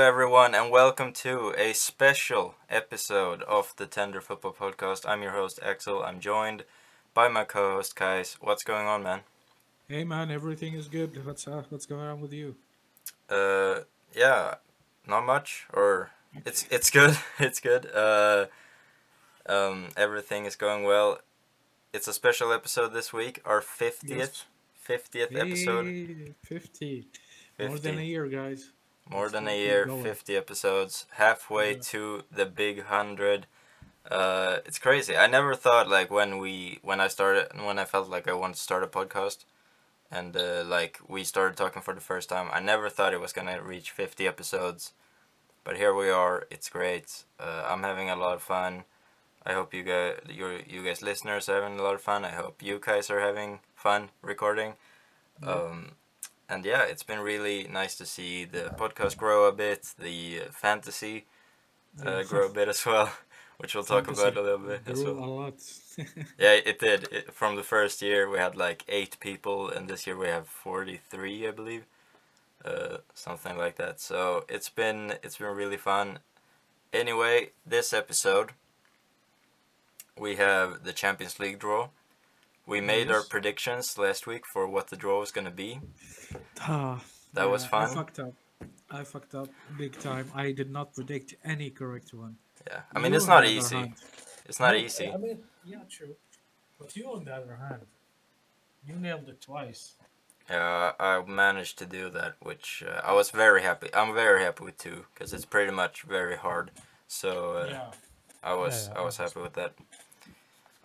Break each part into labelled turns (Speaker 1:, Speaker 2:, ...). Speaker 1: and welcome to a special episode of the Tender Football Podcast. I'm your host, Axel. I'm joined by my co host, Kais. What's going on, man?
Speaker 2: Hey man, everything is good. What's uh, what's going on with you?
Speaker 1: Uh, yeah, not much, or it's it's good, it's good. Uh, um, everything is going well. It's a special episode this week, our fiftieth,
Speaker 2: Yes.
Speaker 1: fiftieth episode,
Speaker 2: Hey, 50. More than
Speaker 1: 50.
Speaker 2: a year, guys.
Speaker 1: more
Speaker 2: let's
Speaker 1: than
Speaker 2: keep
Speaker 1: a
Speaker 2: it
Speaker 1: year,
Speaker 2: going.
Speaker 1: fifty episodes, halfway
Speaker 2: Yeah.
Speaker 1: to the big hundred. Uh, it's crazy. I never thought like when we when I started when I felt like I wanted to start a podcast, and uh, like we started talking for the first time. I never thought it was gonna reach fifty episodes, but here we are. It's great. Uh, I'm having a lot of fun. I hope you guys, your you guys listeners, are having a lot of fun. I hope you guys are having fun recording.
Speaker 2: Yeah.
Speaker 1: Um, and yeah, it's been really nice to see the podcast grow a bit, the uh, fantasy uh, grow a bit as well, which we'll talk about a
Speaker 2: Fantasy
Speaker 1: little bit as
Speaker 2: Grew
Speaker 1: well.
Speaker 2: a lot.
Speaker 1: Yeah, it did. It, from the first year, we had like eight people, and this year we have forty-three, I believe, uh, something like that. So it's been it's been really fun. Anyway, this episode, we have the Champions League draw. We made our
Speaker 2: Yes.
Speaker 1: predictions last week for what the draw was gonna be.
Speaker 2: Ah,
Speaker 1: That was
Speaker 2: yeah,
Speaker 1: fun.
Speaker 2: I fucked up. I fucked up big time. I did not predict any correct one.
Speaker 1: Yeah, I mean
Speaker 2: You
Speaker 1: it's
Speaker 2: on
Speaker 1: not
Speaker 2: the other
Speaker 1: easy.
Speaker 2: hand-
Speaker 1: It's not
Speaker 3: No,
Speaker 1: easy.
Speaker 3: I mean, yeah, true. But you, on the other hand, you nailed it twice.
Speaker 1: Yeah, Uh, I managed to do that, which uh, I was very happy. I'm very happy with two because it's pretty much very hard. So uh,
Speaker 3: yeah.
Speaker 1: I was
Speaker 3: yeah,
Speaker 1: I was happy with that.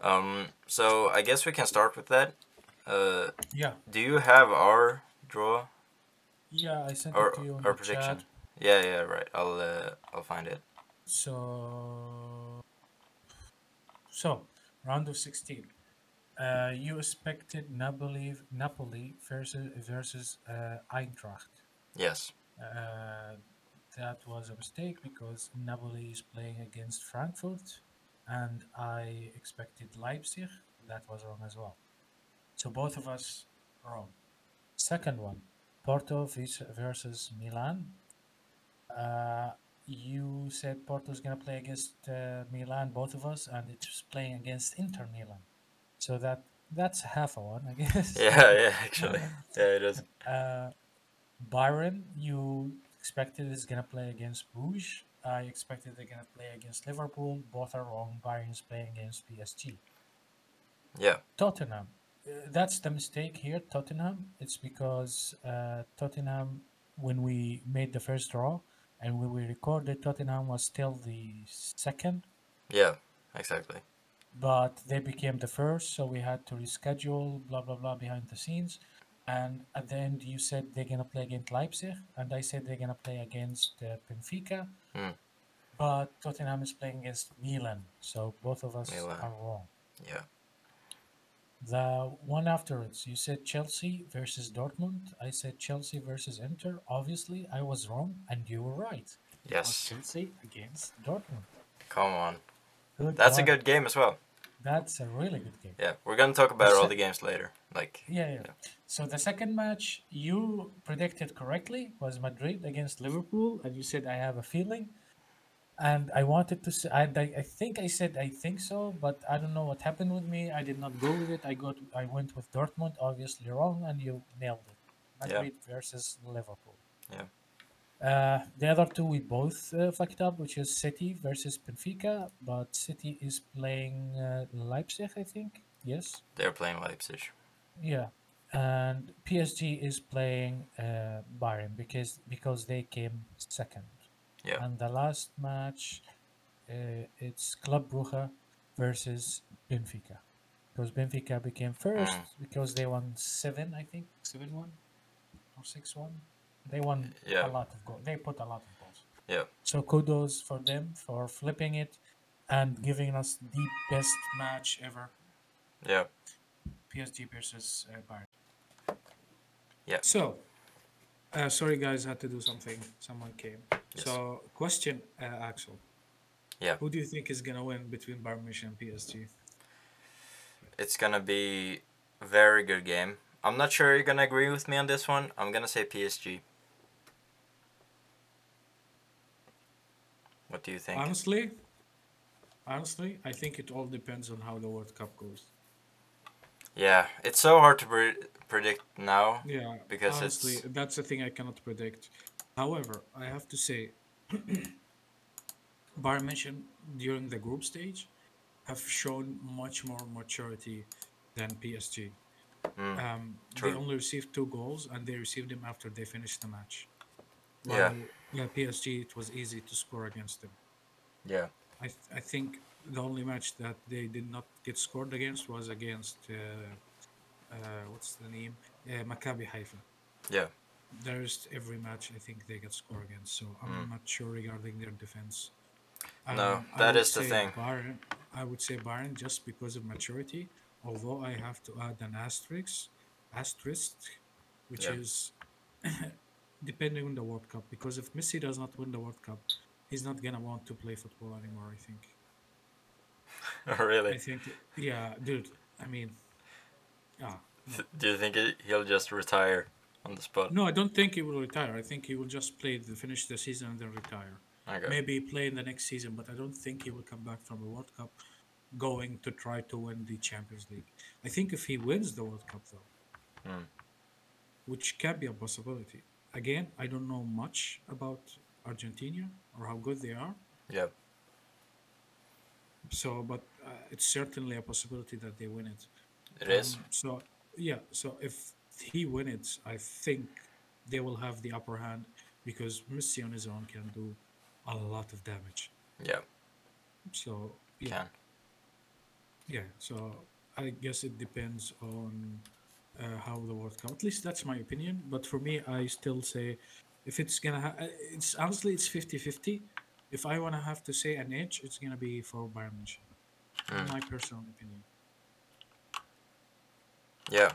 Speaker 1: Um, so I guess we can start with that. Uh,
Speaker 3: Yeah.
Speaker 1: do you have our draw
Speaker 3: Yeah, I sent
Speaker 1: or
Speaker 3: it to you on
Speaker 1: our
Speaker 3: the
Speaker 1: prediction?
Speaker 3: chat.
Speaker 1: Yeah, yeah, right. I'll uh, I'll find it.
Speaker 3: So, so round of 16. Uh, you expected Napoli, Napoli versus versus uh, Eintracht.
Speaker 1: Yes.
Speaker 3: Uh, that was a mistake because Napoli is playing against Frankfurt, and I expected Leipzig. That was wrong as well. So both of us wrong. Second one, Porto vis- versus Milan. Uh, you said Porto is gonna play against uh, Milan, both of us, and it's playing against Inter Milan. So that that's half a one, I guess.
Speaker 1: Yeah, yeah. Actually, yeah, it is.
Speaker 3: Uh, Byron, you expected is gonna play against Bruges. I expected they're gonna play against Liverpool. Both are wrong. Byron's playing against PSG.
Speaker 1: Yeah,
Speaker 3: Tottenham. Uh, That's the mistake here. Tottenham. It's because uh, Tottenham, when we made the first draw and when we recorded, Tottenham was still the second,
Speaker 1: yeah. Exactly.
Speaker 3: but they became the first, so we had to reschedule, blah, blah, blah, behind the scenes. And at the end, you said they're going to play against Leipzig, and I said they're going to play against uh, Benfica.
Speaker 1: Hmm.
Speaker 3: But Tottenham is playing against Milan, so both of us
Speaker 1: Milan.
Speaker 3: are wrong.
Speaker 1: Yeah.
Speaker 3: The one afterwards, you said Chelsea versus Dortmund. I said Chelsea versus Inter. Obviously, I was wrong, and you were right. It was
Speaker 1: Yes.
Speaker 3: Chelsea against Dortmund.
Speaker 1: Come on.
Speaker 3: Good
Speaker 1: That's a
Speaker 3: God,
Speaker 1: good game as well.
Speaker 3: That's a really good game.
Speaker 1: Yeah, we're gonna talk about all the games later. Like,
Speaker 3: Yeah, yeah. So the second match you predicted correctly was Madrid against Liverpool, and you said I have a feeling, and I wanted to say I, I I think I said I think so, but I don't know what happened with me. I did not go with it. I got I went with Dortmund, obviously wrong, and you nailed it.
Speaker 1: Yeah.
Speaker 3: Madrid versus Liverpool.
Speaker 1: Yeah.
Speaker 3: Uh, the other two we both uh, fucked up, which is City versus Benfica, but City is playing uh, Leipzig, I think. Yes.
Speaker 1: they're playing Leipzig.
Speaker 3: Yeah, and PSG is playing uh, Bayern because because they came second.
Speaker 1: Yeah.
Speaker 3: And the last match, uh, it's Club Brugge versus Benfica, because Benfica became first
Speaker 1: Mm.
Speaker 3: because they won seven, I think seven one, or six one. They won
Speaker 1: Yeah.
Speaker 3: a lot of goals. They put a lot of goals.
Speaker 1: Yeah.
Speaker 3: So kudos for them for flipping it and giving us the best match ever.
Speaker 1: Yeah,
Speaker 3: PSG versus uh, Bayern.
Speaker 2: So, uh, sorry guys, had to do something. Someone came.
Speaker 1: Yes.
Speaker 2: So, question, uh, Axel.
Speaker 1: Yeah.
Speaker 2: Who do you think is gonna win between Bayern Munich and PSG?
Speaker 1: it's gonna be a very good game. I'm not sure you're gonna agree with me on this one. I'm gonna say PSG. What do you think?
Speaker 3: Honestly, honestly, I think it all depends on how the World Cup goes.
Speaker 1: Yeah, it's so hard to pre- predict now.
Speaker 3: Yeah,
Speaker 1: Because
Speaker 3: honestly,
Speaker 1: it's-
Speaker 3: that's the thing I cannot predict. However, I have to say, Bayern München during the group stage have shown much more maturity than PSG. um, they
Speaker 1: Hmm, true.
Speaker 3: only received two goals, and they received them after they finished the match.
Speaker 1: Yeah.
Speaker 3: While, yeah, PSG, it was easy to score against them.
Speaker 1: Yeah.
Speaker 3: I, th- I think the only match that they did not get scored against was against uh, uh, what's the name uh, Maccabi Haifa.
Speaker 1: Yeah.
Speaker 3: The rest every match I think they get scored against. So I'm not sure regarding their defense.
Speaker 1: Mm. No,
Speaker 3: Um, I
Speaker 1: that
Speaker 3: would
Speaker 1: is the
Speaker 3: say
Speaker 1: thing.
Speaker 3: Bayern, I would say Bayern just because of maturity. Although I have to add an asterisk, asterisk, which
Speaker 1: Yeah.
Speaker 3: is depending on the World Cup. Because if Messi does not win the World Cup, he's not gonna want to play football anymore. I think. I
Speaker 1: really?
Speaker 3: think. Yeah, dude. I mean, ah. yeah.
Speaker 1: Do you think he- he'll just retire on the spot?
Speaker 3: No, I don't think he will retire. I think he will just play the finish the season and then retire.
Speaker 1: Okay.
Speaker 3: Maybe play in the next season, but I don't think he will come back from the World Cup going to try to win the Champions League. I think if he wins the World Cup though,
Speaker 1: Hmm.
Speaker 3: which can be a possibility. Again, I don't know much about Argentina or how good they are.
Speaker 1: Yeah.
Speaker 3: So, but uh, it's certainly a possibility that they win it.
Speaker 1: It is.
Speaker 3: Um, so yeah, so if he win it, I think they will have the upper hand because Messi on his own can do a lot of damage.
Speaker 1: Yeah.
Speaker 3: So yeah,
Speaker 1: Can.
Speaker 3: yeah. So I guess it depends on uh, how the World Cup. At least that's my opinion. But for me, I still say if it's gonna, ha- uh, it's honestly it's 50-50. If I wanna have to say an edge, it's gonna be for Bayern Munich.
Speaker 1: Mm.
Speaker 3: My personal opinion.
Speaker 1: Yeah.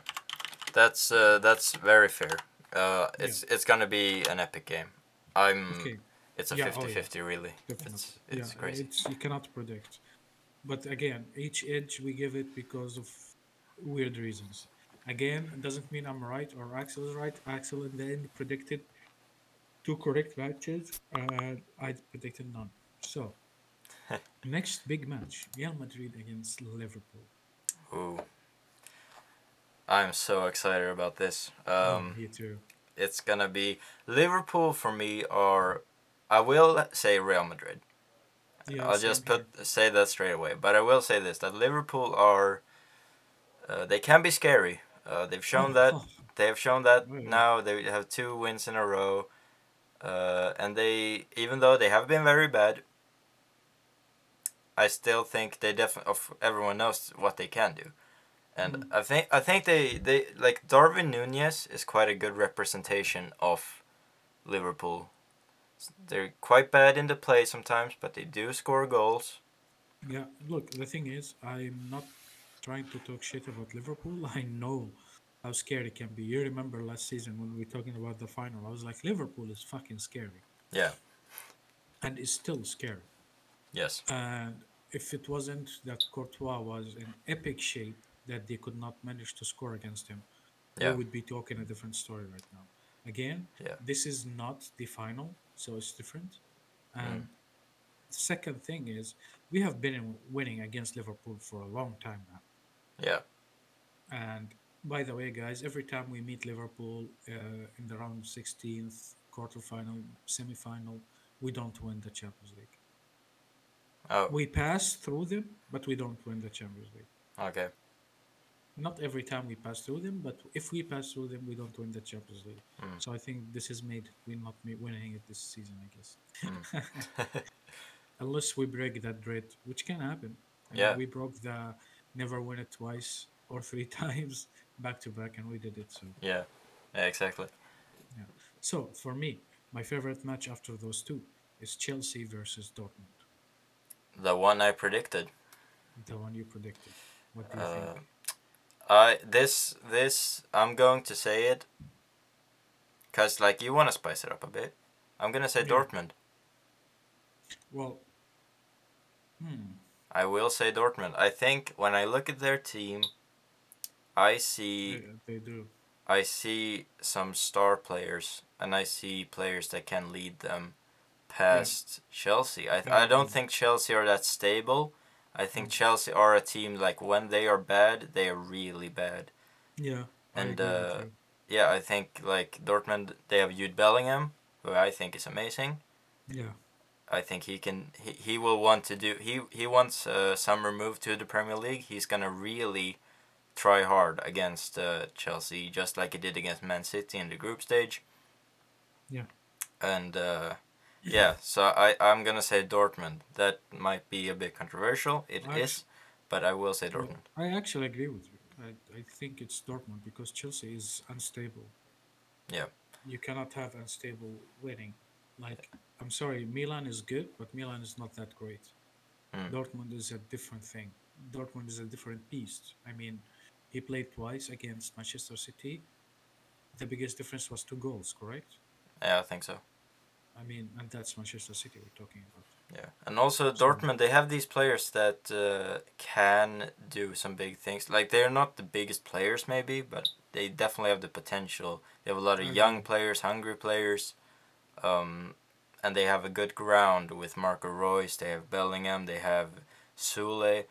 Speaker 1: That's uh, that's very fair. Uh, it's it's gonna be an epic game. I'm.
Speaker 3: Okay.
Speaker 1: It's a
Speaker 3: Yeah, oh,
Speaker 1: 50
Speaker 3: yeah.
Speaker 1: 50 really.
Speaker 3: Definitely.
Speaker 1: It's it's
Speaker 3: yeah,
Speaker 1: crazy.
Speaker 3: It's, you cannot predict. But again, each edge we give it because of weird reasons. Again, it doesn't mean I'm right or Axel is right. Axel in the end predicted two correct matches, and I predicted none. So, next big match Real Madrid against Liverpool.
Speaker 1: Ooh. I'm so excited about this. Um,
Speaker 3: Me too.
Speaker 1: it's gonna be Liverpool for me, or I will say Real Madrid.
Speaker 3: Yeah,
Speaker 1: I'll
Speaker 3: same
Speaker 1: just
Speaker 3: here.
Speaker 1: put say that straight away. But I will say this: that Liverpool are, uh, they can be scary. Uh, they've shown that
Speaker 3: Oh.
Speaker 1: they have shown that
Speaker 3: Really?
Speaker 1: now. They have two wins in a row, uh, and they even though they have been very bad, I still think they definitely. Everyone knows what they can do, and I think I think they they like Darwin Nunez is quite a good representation of Liverpool. S- They're quite bad in the play sometimes, but they do score goals.
Speaker 3: Yeah, look, the thing is, I'm not trying to talk shit about Liverpool. I know how scary it can be. You remember last season when we were talking about the final, I was like, Liverpool is fucking scary.
Speaker 1: Yeah.
Speaker 3: And it's still scary.
Speaker 1: Yes.
Speaker 3: And if it wasn't that Courtois was in epic shape that they could not manage to score against him,
Speaker 1: Yeah.
Speaker 3: we would be talking a different story right now. Again,
Speaker 1: Yeah.
Speaker 3: this is not the final, so it's different. And
Speaker 1: Mm.
Speaker 3: the second thing is, we have been winning against Liverpool for a long time now.
Speaker 1: Yeah.
Speaker 3: And by the way, guys, every time we meet Liverpool uh, in the round 16th, quarterfinal, semifinal, we don't win the Champions League.
Speaker 1: Oh.
Speaker 3: We pass through them, but we don't win the Champions League.
Speaker 1: Okay.
Speaker 3: Not every time we pass through them, but if we pass through them, we don't win the Champions League.
Speaker 1: Mm.
Speaker 3: So I think this has made we not me- winning it this season, I guess.
Speaker 1: Mm.
Speaker 3: Unless we break that dread, which can happen. I mean,
Speaker 1: Yeah.
Speaker 3: we broke the never win it twice or three times back to back, and we did it. So
Speaker 1: Yeah. Yeah. Exactly.
Speaker 3: Yeah. So for me, my favorite match after those two is Chelsea versus Dortmund,
Speaker 1: The one I predicted.
Speaker 3: the one you predicted. What do you
Speaker 1: Uh,
Speaker 3: think?
Speaker 1: I this this I'm going to say it. Cause like you want to spice it up a bit. I'm gonna say
Speaker 3: Yeah.
Speaker 1: Dortmund.
Speaker 3: Well, hmm,
Speaker 1: I will say Dortmund. I think when I look at their team, I
Speaker 3: they,
Speaker 1: see
Speaker 3: they do.
Speaker 1: I see some star players and I see players that can lead them past Chelsea. I th- I
Speaker 3: Mm-hmm.
Speaker 1: don't think Chelsea are that stable. I
Speaker 3: Mm.
Speaker 1: think Chelsea are a team like when they are bad, they are really bad.
Speaker 3: Yeah. I
Speaker 1: And,
Speaker 3: agree with
Speaker 1: uh,
Speaker 3: you.
Speaker 1: Yeah, I think like Dortmund, they have Jude Bellingham, who I think is amazing.
Speaker 3: yeah,
Speaker 1: I think he can. He, he will want to do. He he wants uh, summer move to the Premier League. He's gonna really try hard against uh, Chelsea, just like he did against Man City in the group stage.
Speaker 3: Yeah.
Speaker 1: And uh, yeah, so I I'm gonna say Dortmund. That might be a bit controversial. It is,
Speaker 3: Actu-
Speaker 1: but I will say Dortmund.
Speaker 3: I actually agree with you. I, I think it's Dortmund because Chelsea is unstable.
Speaker 1: Yeah.
Speaker 3: You cannot have unstable winning. Like, I'm sorry, Milan is good, but Milan is not that great.
Speaker 1: Mm.
Speaker 3: Dortmund is a different thing. Dortmund is a different beast. I mean, he played twice against Manchester City. The biggest difference was two goals, correct?
Speaker 1: Yeah, I think so.
Speaker 3: I mean, and that's Manchester City we're talking about.
Speaker 1: Yeah, and also Dortmund, they have these players that uh, can do some big things. Like they're not the biggest players, maybe, but they definitely have the potential. They have a lot of
Speaker 3: I
Speaker 1: young
Speaker 3: agree.
Speaker 1: players, hungry players, um, and they have a good ground with Marco Royce. They have Bellingham. They have Sule,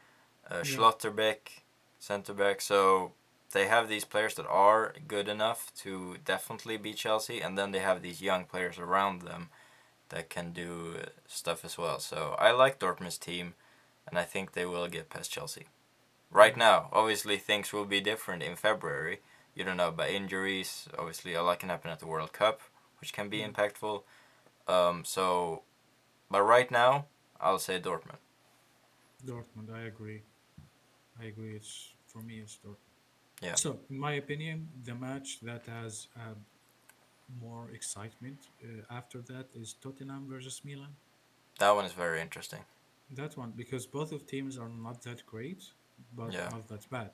Speaker 1: uh, Schlotterbeck, centre back. So they have these players that are good enough to definitely beat Chelsea, and then they have these young players around them that can do uh, stuff as well. So I like Dortmund's team, and I think they will get past Chelsea. Right now, obviously things will be different in February. You don't know about injuries. Obviously, a lot can happen at the World Cup, which can be
Speaker 3: Mm.
Speaker 1: impactful. Um, so, but right now, I'll say Dortmund.
Speaker 3: Dortmund, I agree. I agree. It's for me, it's Dortmund.
Speaker 1: Yeah.
Speaker 3: So, in my opinion, the match that has uh, more excitement uh, after that is Tottenham versus Milan.
Speaker 1: That one is very interesting.
Speaker 3: That one, because both of teams are not that great, but
Speaker 1: Yeah.
Speaker 3: not that bad.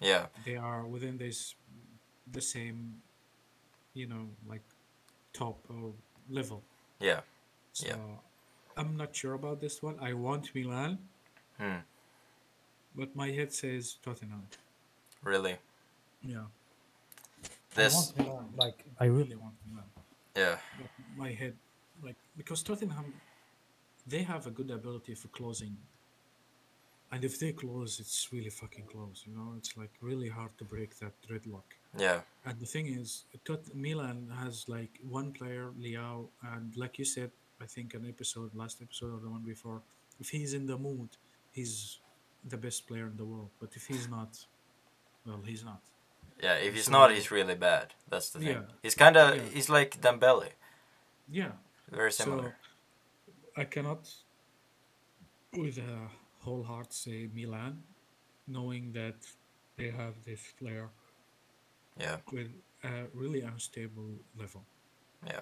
Speaker 1: Yeah,
Speaker 3: They are within this the same, you know, like top or level.
Speaker 1: yeah.
Speaker 3: So
Speaker 1: Yeah.
Speaker 3: I'm not sure about this one. I want Milan,
Speaker 1: Hmm.
Speaker 3: but my head says Tottenham.
Speaker 1: Really.
Speaker 3: Yeah.
Speaker 1: This.
Speaker 4: I want Milan, like I really want Milan.
Speaker 1: Yeah.
Speaker 3: But my head, like because Tottenham, they have a good ability for closing. And if they close, it's really fucking close. You know, it's like really hard to break that dreadlock.
Speaker 1: Yeah.
Speaker 3: And the thing is, Tot- Milan has like one player, Liao, and like you said, I think an episode, last episode or the one before, if he's in the mood, he's the best player in the world. But if he's not, well, he's not.
Speaker 1: Yeah. If he's
Speaker 3: So-
Speaker 1: not, he's really bad. That's the thing.
Speaker 3: Yeah.
Speaker 1: He's kind of.
Speaker 3: Yeah.
Speaker 1: He's like Dembele.
Speaker 3: Yeah.
Speaker 1: Very similar.
Speaker 3: So I cannot, with a whole heart, say Milan, knowing that they have this player
Speaker 1: Yeah.
Speaker 3: with a really unstable level.
Speaker 1: Yeah.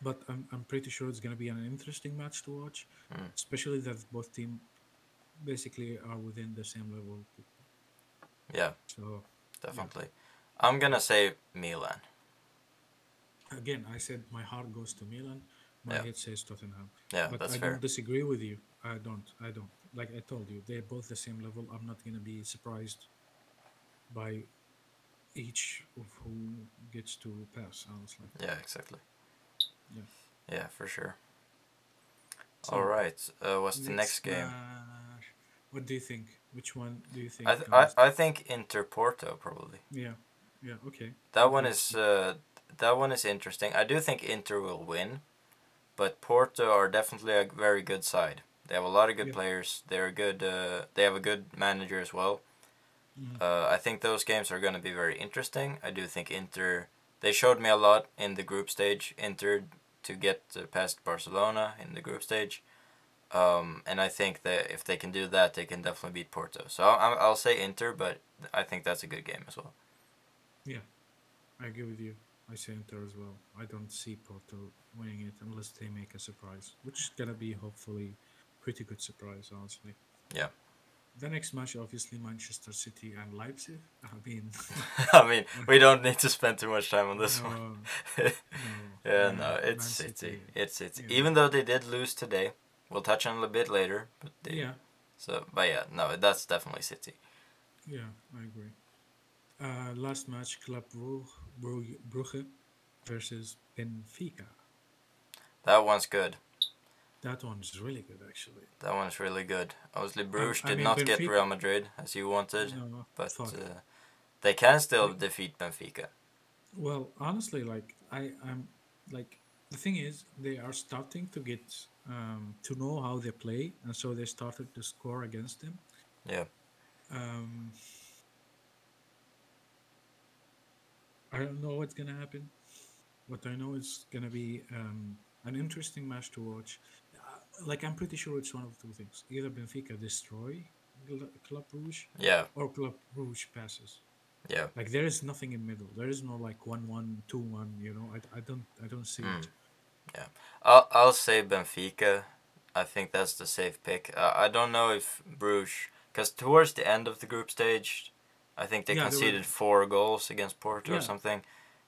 Speaker 3: But I'm, I'm pretty sure it's going to be an interesting match to watch,
Speaker 1: Mm.
Speaker 3: especially that both team basically are within the same level.
Speaker 1: Yeah.
Speaker 3: So
Speaker 1: Definitely. I'm gonna say Milan.
Speaker 3: again, I said my heart goes to Milan, my
Speaker 1: Yeah.
Speaker 3: head says Tottenham.
Speaker 1: Yeah,
Speaker 3: but
Speaker 1: that's
Speaker 3: I
Speaker 1: fair.
Speaker 3: don't disagree with you. I don't. I don't. Like I told you, they're both the same level. I'm not gonna be surprised by each of who gets to pass. Honestly,
Speaker 1: Yeah, exactly.
Speaker 3: Yeah.
Speaker 1: Yeah, for sure.
Speaker 3: So,
Speaker 1: All right. Uh, what's the next game?
Speaker 3: match. What do you think? Which one do you think?
Speaker 1: I, th- I
Speaker 3: comes-
Speaker 1: I think Inter Porto probably.
Speaker 3: yeah, yeah. Okay.
Speaker 1: That one
Speaker 3: Okay.
Speaker 1: is uh, that one is interesting. I do think Inter will win, but Porto are definitely a very good side. They have a lot of good
Speaker 3: Yeah.
Speaker 1: players. They're a good. Uh, they have a good manager as well.
Speaker 3: Mm.
Speaker 1: Uh, I think those games are going to be very interesting. I do think Inter. They showed me a lot in the group stage. Inter to get uh, past Barcelona in the group stage, um, and I think that if they can do that, they can definitely beat Porto. So I'll, I'll say Inter, but I think that's a good game as well.
Speaker 3: I agree with you. I say Inter as well. I don't see Porto winning it unless they make a surprise, which is gonna be hopefully pretty good surprise, honestly.
Speaker 1: Yeah.
Speaker 3: The next match, obviously, Manchester City and Leipzig. I mean,
Speaker 1: I mean, we don't need to spend too much time on this
Speaker 3: no,
Speaker 1: one.
Speaker 3: no,
Speaker 1: yeah,
Speaker 3: Man-
Speaker 1: no, it's
Speaker 3: Man
Speaker 1: City. It's City.
Speaker 3: Yeah.
Speaker 1: Even though they did lose today, we'll touch on it a bit later. But they,
Speaker 3: Yeah,
Speaker 1: So, but yeah, no, that's definitely City.
Speaker 3: yeah, I agree. Uh, last match, Club Brugge, Brugge versus Benfica.
Speaker 1: That one's good.
Speaker 3: That one's really good, actually.
Speaker 1: That one's really good. Obviously, Bruges
Speaker 3: I
Speaker 1: did
Speaker 3: mean,
Speaker 1: not get
Speaker 3: Benfica-
Speaker 1: Real Madrid as you wanted,
Speaker 3: No,
Speaker 1: but
Speaker 3: fuck.
Speaker 1: uh, they can still defeat Benfica.
Speaker 3: Well, honestly, like I, I'm like the thing is they are starting to get um, to know how they play, and so they started to score against them.
Speaker 1: Yeah,
Speaker 3: Um, I don't know what's gonna happen. What I know is gonna be um, an interesting match to watch. Uh, like I'm pretty sure it's one of two things: either Benfica destroy Gl- Club Rouge
Speaker 1: yeah,
Speaker 3: or Club Rouge passes.
Speaker 1: yeah.
Speaker 3: Like there is nothing in middle. There is no like one one two one. You know, I, I don't I don't see
Speaker 1: Mm.
Speaker 3: it.
Speaker 1: I'll, I'll say Benfica. I think that's the safe pick. Uh, I don't know if Bruges, because towards the end of the group stage, I think they
Speaker 3: Yeah, they were-
Speaker 1: conceded four goals against Porto or
Speaker 3: Yeah.
Speaker 1: something.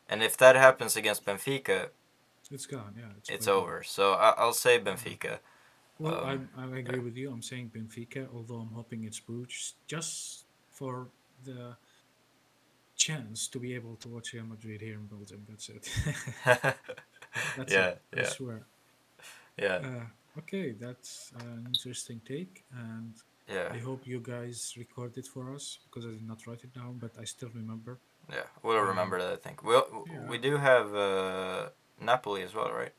Speaker 1: And if that happens against Benfica,
Speaker 3: It's gone. Yeah, it's,
Speaker 1: it's
Speaker 3: gone.
Speaker 1: over. So I, I'll say
Speaker 3: Mm-hmm.
Speaker 1: Benfica.
Speaker 3: Well,
Speaker 1: Um,
Speaker 3: I, I agree with you. I'm saying Benfica, although I'm hoping it's Bruges, just for the chance to be able to watch Real Madrid here in Belgium. That's it.
Speaker 1: yeah,
Speaker 3: That's
Speaker 1: yeah,
Speaker 3: it. I swear.
Speaker 1: yeah,
Speaker 3: Uh, okay, that's an interesting take, and
Speaker 1: yeah,
Speaker 3: I hope you guys record it for us because I did not write it down, but I still remember.
Speaker 1: yeah. We'll remember that. I think. We'll, w-
Speaker 3: Mm-hmm. Yeah.
Speaker 1: We do have uh, Napoli as well, right?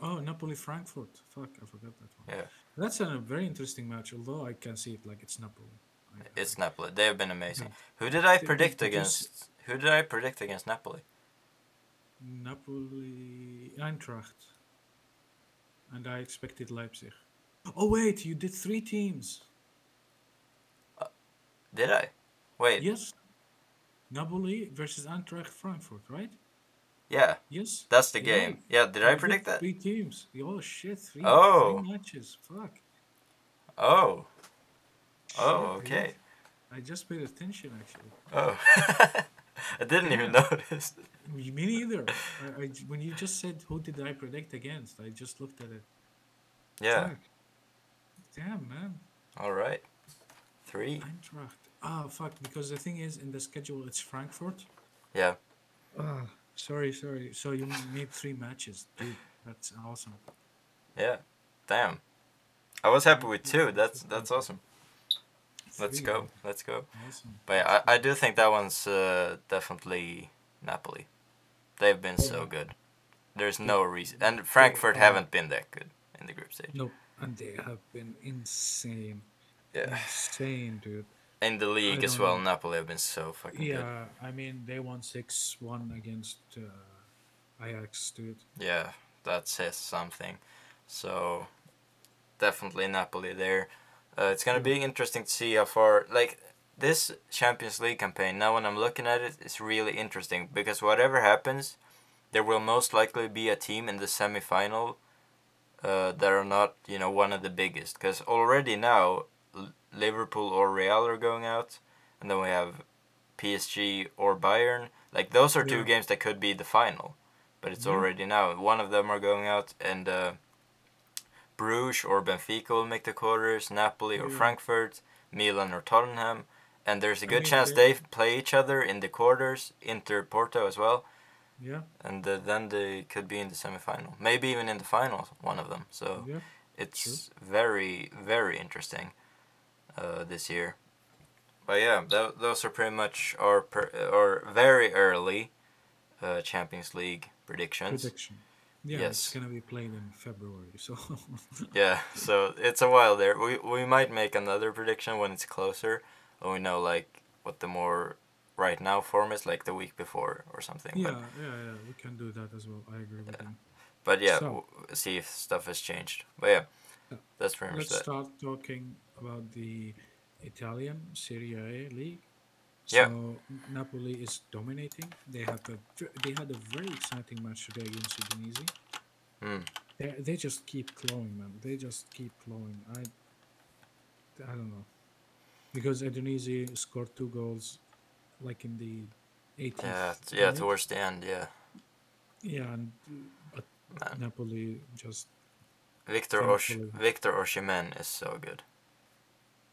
Speaker 3: Oh, Napoli Frankfurt. Fuck, I forgot that one.
Speaker 1: Yeah.
Speaker 3: That's a very interesting match, although I can see it like it's Napoli. I- I-
Speaker 1: It's Napoli. They have been amazing. Who did I
Speaker 3: They-
Speaker 1: predict
Speaker 3: they
Speaker 1: against?
Speaker 3: just-
Speaker 1: Who did I predict against Napoli?
Speaker 3: Napoli, Eintracht, and I expected Leipzig. Oh wait, you did three teams.
Speaker 1: Did I? Wait.
Speaker 3: Yes, Napoli versus Eintracht Frankfurt, right?
Speaker 1: Yeah,
Speaker 3: Yes.
Speaker 1: that's the
Speaker 3: Yeah.
Speaker 1: game. Yeah, did
Speaker 3: You
Speaker 1: I predict that?
Speaker 3: Three teams. Oh shit! Three,
Speaker 1: Oh.
Speaker 3: three matches. Fuck.
Speaker 1: Oh. Oh,
Speaker 3: Shit,
Speaker 1: okay.
Speaker 3: dude. I just paid attention actually.
Speaker 1: Oh. I didn't even notice.
Speaker 3: Me neither. I, I j- when you just said who did I predict against, I just looked at it.
Speaker 1: Yeah,
Speaker 3: Fuck. Damn man.
Speaker 1: all right. Three.
Speaker 3: Eintracht. Ah, fuck. Because the thing is, in the schedule, it's Frankfurt.
Speaker 1: Yeah.
Speaker 3: Ah, sorry, sorry. So you made three matches, dude. That's awesome.
Speaker 1: Yeah. Damn. I was happy with two. That's that's awesome. Let's
Speaker 3: Three,
Speaker 1: go. Let's go.
Speaker 3: Awesome.
Speaker 1: But yeah, I, I do think that one's uh, definitely Napoli. They've been so good. There's no reason. And Frankfurt haven't been that good in the group stage.
Speaker 3: No, and they have been insane,
Speaker 1: Yeah.
Speaker 3: insane, dude.
Speaker 1: In the league as
Speaker 3: don't
Speaker 1: well,
Speaker 3: know.
Speaker 1: Napoli have been so fucking good.
Speaker 3: Yeah, I mean they won six one against uh, Ajax, dude.
Speaker 1: Yeah, that says something. So definitely Napoli there. Uh, it's gonna be interesting to see how far like this Champions League campaign. Now when I'm looking at it, it's really interesting because whatever happens, there will most likely be a team in the semifinal uh, that are not you know one of the biggest. Because already now L- Liverpool or Real are going out, and then we have PSG or Bayern. Like those are two
Speaker 3: Yeah.
Speaker 1: games that could be the final, but it's
Speaker 3: Yeah.
Speaker 1: already now one of them are going out and. Uh, Bruges or Benfica will make the quarters, Napoli or
Speaker 3: Yeah.
Speaker 1: Frankfurt, Milan or Tottenham, and there's a
Speaker 3: I
Speaker 1: good
Speaker 3: mean,
Speaker 1: chance
Speaker 3: they-
Speaker 1: they play each other in the quarters, Inter Porto as well,
Speaker 3: Yeah,
Speaker 1: and uh, then they could be in the semifinal, maybe even in the final, one of them. So
Speaker 3: yeah.
Speaker 1: it's very, very interesting uh, this year. But yeah, tho- those are pretty much our, per- our very early uh, Champions League predictions.
Speaker 3: Prediction. Yeah,
Speaker 1: Yes.
Speaker 3: it's gonna be played in February. So
Speaker 1: Yeah, so it's a while there. We we might make another prediction when it's closer, when we know like what the more right now form is, like the week before or something.
Speaker 3: yeah, yeah,
Speaker 1: But,
Speaker 3: yeah. We can do that as well. I agree with you.
Speaker 1: but yeah,
Speaker 3: So-
Speaker 1: w- see if stuff has changed. But yeah,
Speaker 3: Yeah.
Speaker 1: that's pretty much
Speaker 3: Let's
Speaker 1: that.
Speaker 3: start talking about the Italian Serie A league.
Speaker 1: Yeah.
Speaker 3: So Napoli is dominating. They have a v- they had a very exciting match today against Udinese.
Speaker 1: Mm.
Speaker 3: They they just keep clawing, man. They just keep clawing. I I don't know because Udinese scored two goals, like in the 18th.
Speaker 1: Yeah, t- yeah,
Speaker 3: minute.
Speaker 1: towards the end, yeah.
Speaker 3: yeah, and but
Speaker 1: Man.
Speaker 3: Napoli just
Speaker 1: Victor Osh
Speaker 3: Unbelievable.
Speaker 1: Victor Oshimen is so good.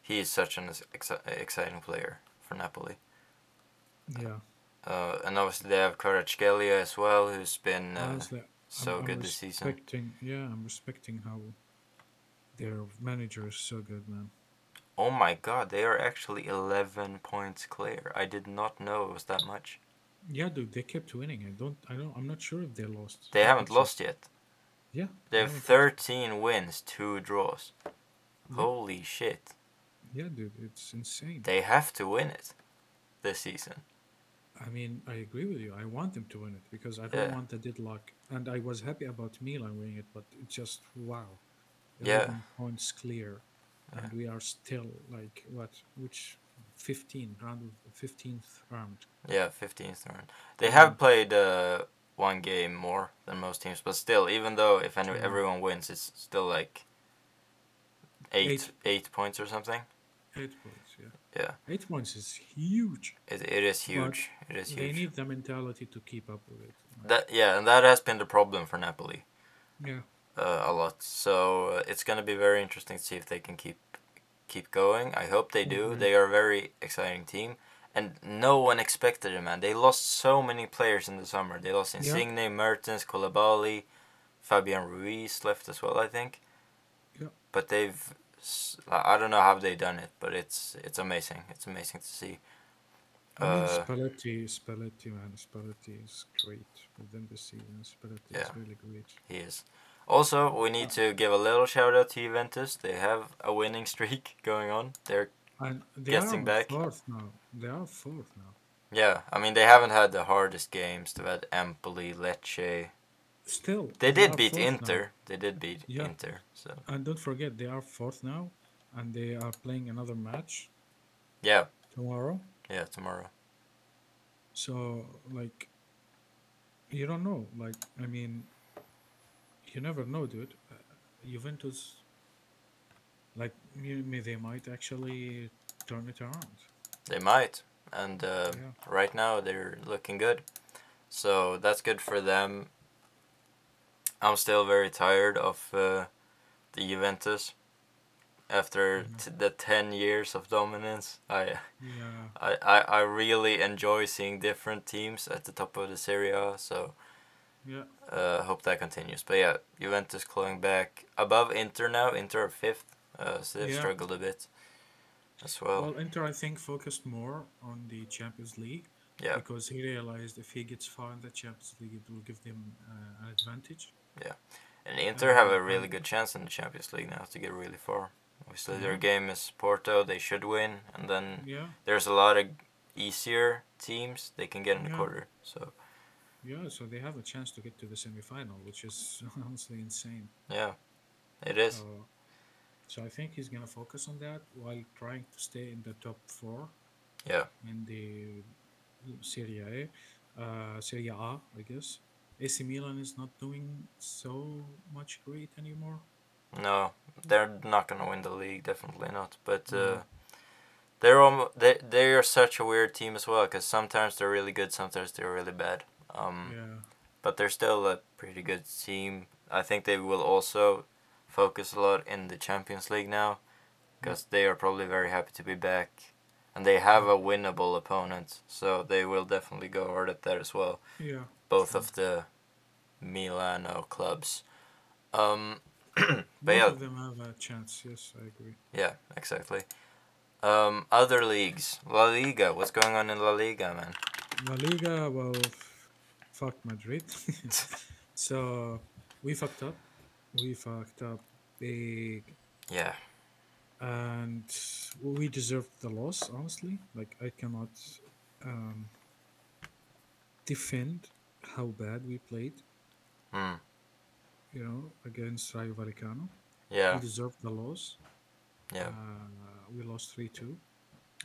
Speaker 1: He is such an ex- exci- exciting player for Napoli.
Speaker 3: yeah.
Speaker 1: Uh, and obviously they have Kvaratskhelia as well, who's been uh,
Speaker 3: Honestly,
Speaker 1: so
Speaker 3: I'm
Speaker 1: good this season.
Speaker 3: respecting- Yeah, I'm respecting how Their manager is so good, man.
Speaker 1: Oh my god, they are actually 11 points clear. I did not know it was that much.
Speaker 3: Yeah, dude, they kept winning. I don't, I don't, I'm not sure if they lost.
Speaker 1: They
Speaker 3: I
Speaker 1: haven't
Speaker 3: think so.
Speaker 1: lost yet.
Speaker 3: Yeah,
Speaker 1: They
Speaker 3: I
Speaker 1: have
Speaker 3: haven't-
Speaker 1: 13 wins, 2 draws.
Speaker 3: Yeah.
Speaker 1: Holy shit.
Speaker 3: Yeah, dude, it's insane.
Speaker 1: They have to win it this season.
Speaker 3: I mean, I agree with you. I want them to win it because I don't
Speaker 1: Yeah.
Speaker 3: want the deadlock. And I was happy about Milan winning it, but it's just wow.
Speaker 1: Yeah.
Speaker 3: 11 points clear. And we are still like, what, which 15, round of 15th round.
Speaker 1: Yeah, 15th round. They have played uh, one game more than most teams, but still, even though if any,
Speaker 3: Yeah.
Speaker 1: everyone wins, it's still like eight, eight
Speaker 3: Eight.
Speaker 1: points or something.
Speaker 3: Eight points, yeah.
Speaker 1: Yeah,
Speaker 3: Eight points is huge.
Speaker 1: it, it is huge. it is
Speaker 3: They
Speaker 1: huge.
Speaker 3: need the mentality to keep up with it.
Speaker 1: That yeah, and that has been the problem for Napoli
Speaker 3: Yeah.
Speaker 1: uh, a lot. So uh, it's gonna be very interesting to see if they can keep keep going. I hope they do.
Speaker 3: Mhm.
Speaker 1: They are a very exciting team, and no one expected it, man. They lost so many players in the summer. They lost
Speaker 3: Yeah.
Speaker 1: Insigne, Mertens, Koulibaly, Fabian Ruiz left as well, I think.
Speaker 3: Yeah.
Speaker 1: But they've, s- I I don't know how they done it, but it's it's amazing. It's amazing to see.
Speaker 3: I mean,
Speaker 1: Uh,
Speaker 3: Spalletti, Spalletti, man. Spalletti is great within the season. Spalletti is
Speaker 1: Yeah.
Speaker 3: really great.
Speaker 1: He is. Also, we need to give a little shout out to Juventus. They have a winning streak going on. They're
Speaker 3: And they
Speaker 1: Guessing
Speaker 3: are
Speaker 1: back.
Speaker 3: fourth now. They are fourth now.
Speaker 1: yeah. I mean, they haven't had the hardest games. They've had Empoli, Lecce.
Speaker 3: Still,
Speaker 1: They did
Speaker 3: are
Speaker 1: beat
Speaker 3: fourth now.
Speaker 1: Inter. They did beat
Speaker 3: Yeah.
Speaker 1: Inter. So
Speaker 3: And don't forget, they are fourth now, and they are playing another match
Speaker 1: yeah,
Speaker 3: tomorrow.
Speaker 1: yeah. Tomorrow.
Speaker 3: So like, you don't know. Like, I mean, you never know, dude. Uh, Juventus, like, may- may- they might actually turn it around.
Speaker 1: They might. And uh,
Speaker 3: Yeah.
Speaker 1: right now they're looking good. So that's good for them. I'm still very tired of uh, the Juventus. After
Speaker 3: Mm-hmm.
Speaker 1: t- the 10 years of dominance, I
Speaker 3: Yeah,
Speaker 1: I, I, I really enjoy seeing different teams at the top of the Serie A, so
Speaker 3: yeah.
Speaker 1: uh, hope that continues. But yeah, Juventus clawing back above Inter now. Inter are fifth, uh, so they've
Speaker 3: Yeah.
Speaker 1: struggled a bit as well.
Speaker 3: Well, Inter, I think, focused more on the Champions League.
Speaker 1: yeah,
Speaker 3: because he realized if he gets far in the Champions League, it will give them uh, an advantage.
Speaker 1: and Inter have a
Speaker 3: um,
Speaker 1: really good chance in the Champions League now to get really far. Obviously, their
Speaker 3: Yeah.
Speaker 1: game is Porto; they should win, and then
Speaker 3: Yeah,
Speaker 1: there's a lot of easier teams they can get in the
Speaker 3: Yeah.
Speaker 1: quarter. So
Speaker 3: yeah. So they have a chance to get to the semifinal, which is honestly insane.
Speaker 1: yeah, it is.
Speaker 3: Uh, so I think he's gonna focus on that while trying to stay in the top four
Speaker 1: Yeah,
Speaker 3: in the Serie A, uh, Serie A, I guess. AC Milan is not doing so much great anymore.
Speaker 1: No, they're not gonna win the league. Definitely not. But uh,
Speaker 3: No.
Speaker 1: they're almo- they they are such a weird team as well. Cause sometimes they're really good, sometimes they're really bad. Um,
Speaker 3: Yeah,
Speaker 1: but they're still a pretty good team. I think they will also focus a lot in the Champions League now, because they are probably very happy to be back, and they have a winnable opponent. So they will definitely go hard at that as well
Speaker 3: yeah.
Speaker 1: both of the Milano clubs. Um, but
Speaker 3: Both
Speaker 1: yeah,
Speaker 3: of them have a chance. Yes, I agree.
Speaker 1: yeah, exactly. Um, other leagues, La Liga. What's going on in La Liga, man?
Speaker 3: La Liga, well, f- fuck Madrid. so we fucked up. We fucked up big,
Speaker 1: Yeah,
Speaker 3: and we deserved the loss. Honestly, like I cannot um, defend how bad we played.
Speaker 1: mm,
Speaker 3: You know, against Rayo Vallecano,
Speaker 1: yeah,
Speaker 3: we deserved the loss.
Speaker 1: yeah,
Speaker 3: Uh, we lost three two,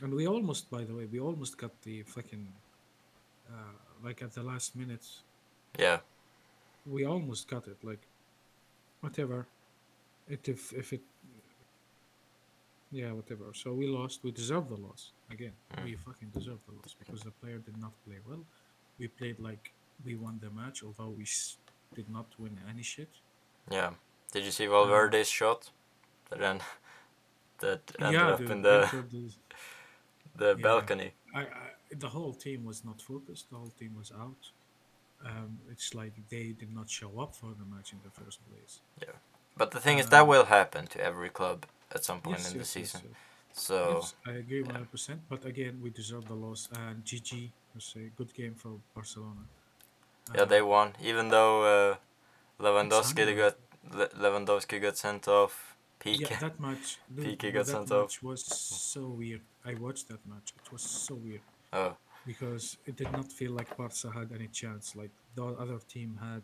Speaker 3: and we almost, by the way, we almost got the fucking uh, like at the last minute.
Speaker 1: yeah,
Speaker 3: we almost got it. Like, whatever. It if if it. Yeah, whatever. So we lost. We deserve the loss again.
Speaker 1: Mm.
Speaker 3: We fucking deserve the loss because the player did not play well. We played like we won the match, although we s- did not win any shit.
Speaker 1: yeah. Did you see Valverde's shot? That then that ended
Speaker 3: yeah,
Speaker 1: up
Speaker 3: dude,
Speaker 1: in the
Speaker 3: entered this-
Speaker 1: the
Speaker 3: yeah.
Speaker 1: balcony.
Speaker 3: I, I, the whole team was not focused. The whole team was out. Um, it's like they did not show up for the match in the first place.
Speaker 1: Yeah. But the thing is, that will happen to every club at some point
Speaker 3: Um, Yes,
Speaker 1: in the
Speaker 3: yes, yes,
Speaker 1: season.
Speaker 3: yes.
Speaker 1: So
Speaker 3: Yes, I agree 100%. But again, we deserve the loss. And GG, let's say, good game for Barcelona. um,
Speaker 1: yeah, they won. Even though uh, Lewandowski
Speaker 3: Alexander.
Speaker 1: got Le- Lewandowski got sent off. Pique.
Speaker 3: Yeah, that match. dude,
Speaker 1: PK got
Speaker 3: that
Speaker 1: sent off.
Speaker 3: match was so weird. I watched that match. It was so weird
Speaker 1: oh,
Speaker 3: because it did not feel like Barca had any chance. Like the other team had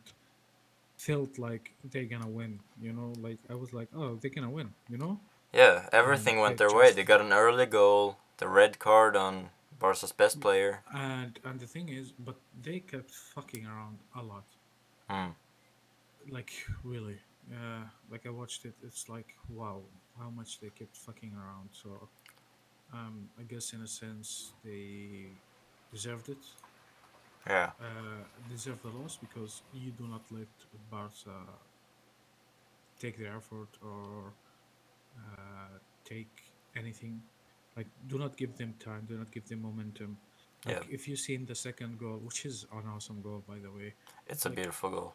Speaker 3: felt like they're gonna win. You know, like I was like, oh, they're gonna win. You know,
Speaker 1: yeah. Everything went
Speaker 3: they
Speaker 1: their way.
Speaker 3: just-
Speaker 1: They got an early goal. The red card on Barca's
Speaker 3: Mm.
Speaker 1: best player.
Speaker 3: and and the thing is, but they kept fucking around a lot.
Speaker 1: Hmm.
Speaker 3: Like really, uh, like I watched it. It's like wow, how much they kept fucking around. So, um, I guess in a sense they deserved it.
Speaker 1: Yeah.
Speaker 3: uh, deserve the loss because you do not let Barca take their effort or uh, take anything. Like, do not give them time. Do not give them momentum. Like,
Speaker 1: Yeah.
Speaker 3: if you see in the second goal, which is an awesome goal, by the way.
Speaker 1: It's a
Speaker 3: Like-
Speaker 1: beautiful goal.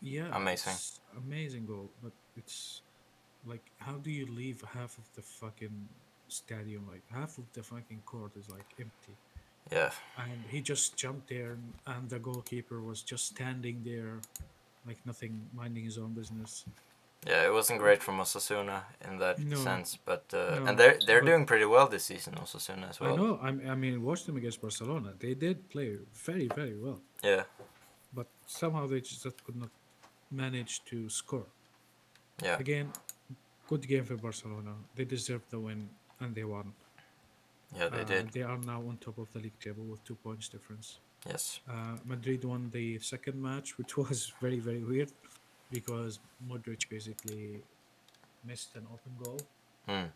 Speaker 3: Yeah.
Speaker 1: Amazing.
Speaker 3: it's Amazing goal, but it's like, how do you leave half of the fucking stadium? Like, half of the fucking court is like empty
Speaker 1: Yeah.
Speaker 3: and he just jumped there and- and the goalkeeper was just standing there like nothing minding his own business
Speaker 1: Yeah, it wasn't great from Osasuna in that
Speaker 3: No.
Speaker 1: sense, but uh,
Speaker 3: No,
Speaker 1: and they're they're
Speaker 3: but-
Speaker 1: doing pretty well this season, Osasuna as well.
Speaker 3: i know I'm, i mean watch them against barcelona they did play very very well
Speaker 1: Yeah,
Speaker 3: but somehow they just could not manage to score
Speaker 1: yeah,
Speaker 3: again good game for barcelona they deserved the win and they won
Speaker 1: yeah, they
Speaker 3: Uh,
Speaker 1: did.
Speaker 3: they are now on top of the league table with two points difference
Speaker 1: Yes,
Speaker 3: Uh, Madrid won the second match, which was very, very weird because Modric basically missed an open goal
Speaker 1: mm.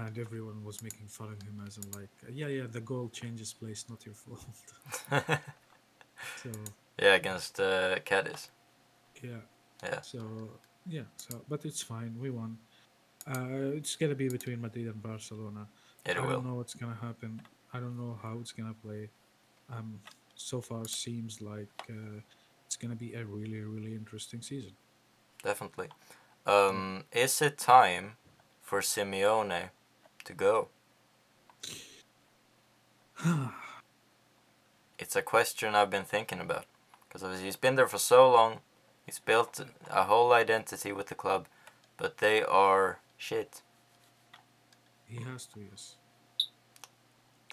Speaker 3: and everyone was making fun of him as in like, yeah, yeah, the goal changes place, not your fault. so,
Speaker 1: yeah, against uh, Cadiz.
Speaker 3: yeah.
Speaker 1: Yeah.
Speaker 3: So, yeah. So, but it's fine. We won. Uh, it's going to be between Madrid and Barcelona.
Speaker 1: It
Speaker 3: I
Speaker 1: will.
Speaker 3: don't know what's gonna happen. I don't know how it's gonna play. Um, so far seems like uh, it's gonna be a really, really interesting season.
Speaker 1: Definitely. Um, is it time for Simeone to go? it's a question I've been thinking about because he's been there for so long. He's built a whole identity with the club, but they are shit.
Speaker 3: He has to, yes.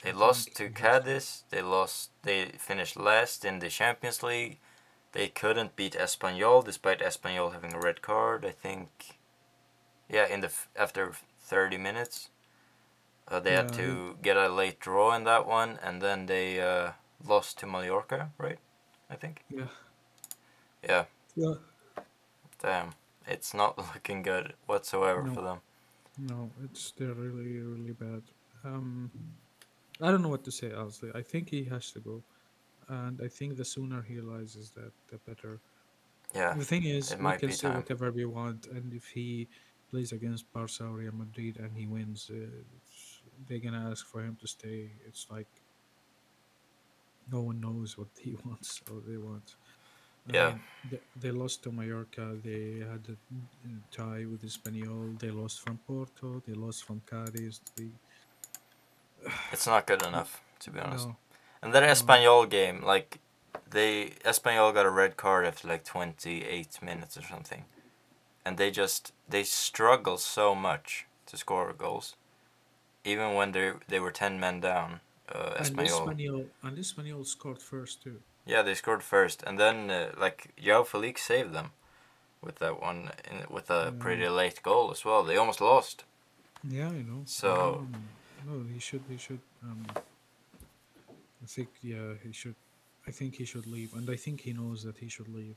Speaker 1: They
Speaker 3: I
Speaker 1: lost to
Speaker 3: think he has
Speaker 1: Cadiz. They lost. They finished last in the Champions League. They couldn't beat Espanyol despite Espanyol having a red card. I think. Yeah, in the f- after thirty minutes, uh, they had
Speaker 3: Yeah, I
Speaker 1: to get a late draw in that one, and then they uh, lost to Mallorca, right? I think.
Speaker 3: Yeah.
Speaker 1: Yeah.
Speaker 3: Yeah.
Speaker 1: Damn, it's not looking good whatsoever
Speaker 3: No.
Speaker 1: for them.
Speaker 3: No, it's they're really, really bad. Um, I don't know what to say. Honestly, I think he has to go, and I think the sooner he realizes that, the better.
Speaker 1: Yeah.
Speaker 3: The thing is,
Speaker 1: it
Speaker 3: we
Speaker 1: might
Speaker 3: can
Speaker 1: be
Speaker 3: say
Speaker 1: time.
Speaker 3: whatever we want, and if he plays against Barca or Real Madrid and he wins, uh, it's- they're gonna ask for him to stay. It's like no one knows what he wants or they want. I
Speaker 1: Yeah.
Speaker 3: mean, they, they lost to Mallorca. They had a uh, tie with Espanyol. They lost from Porto. They lost from Cadiz. They,
Speaker 1: It's not good enough, to be honest.
Speaker 3: no,
Speaker 1: And that Espanyol game, like, they Espanyol got a red card after like 28 minutes or something, and they just they struggle so much to score goals, even when they they were 10 men down. Uh,
Speaker 3: and
Speaker 1: Espanyol.
Speaker 3: Espanyol and Espanyol scored first too.
Speaker 1: Yeah, they scored first, and then uh, like Joao Felix saved them with that one in, with a
Speaker 3: Mm.
Speaker 1: pretty late goal as well. They almost lost.
Speaker 3: Yeah, you know.
Speaker 1: So-
Speaker 3: um, no, he should. He should. Um, I think. Yeah, he should. I think he should leave, and I think he knows that he should leave.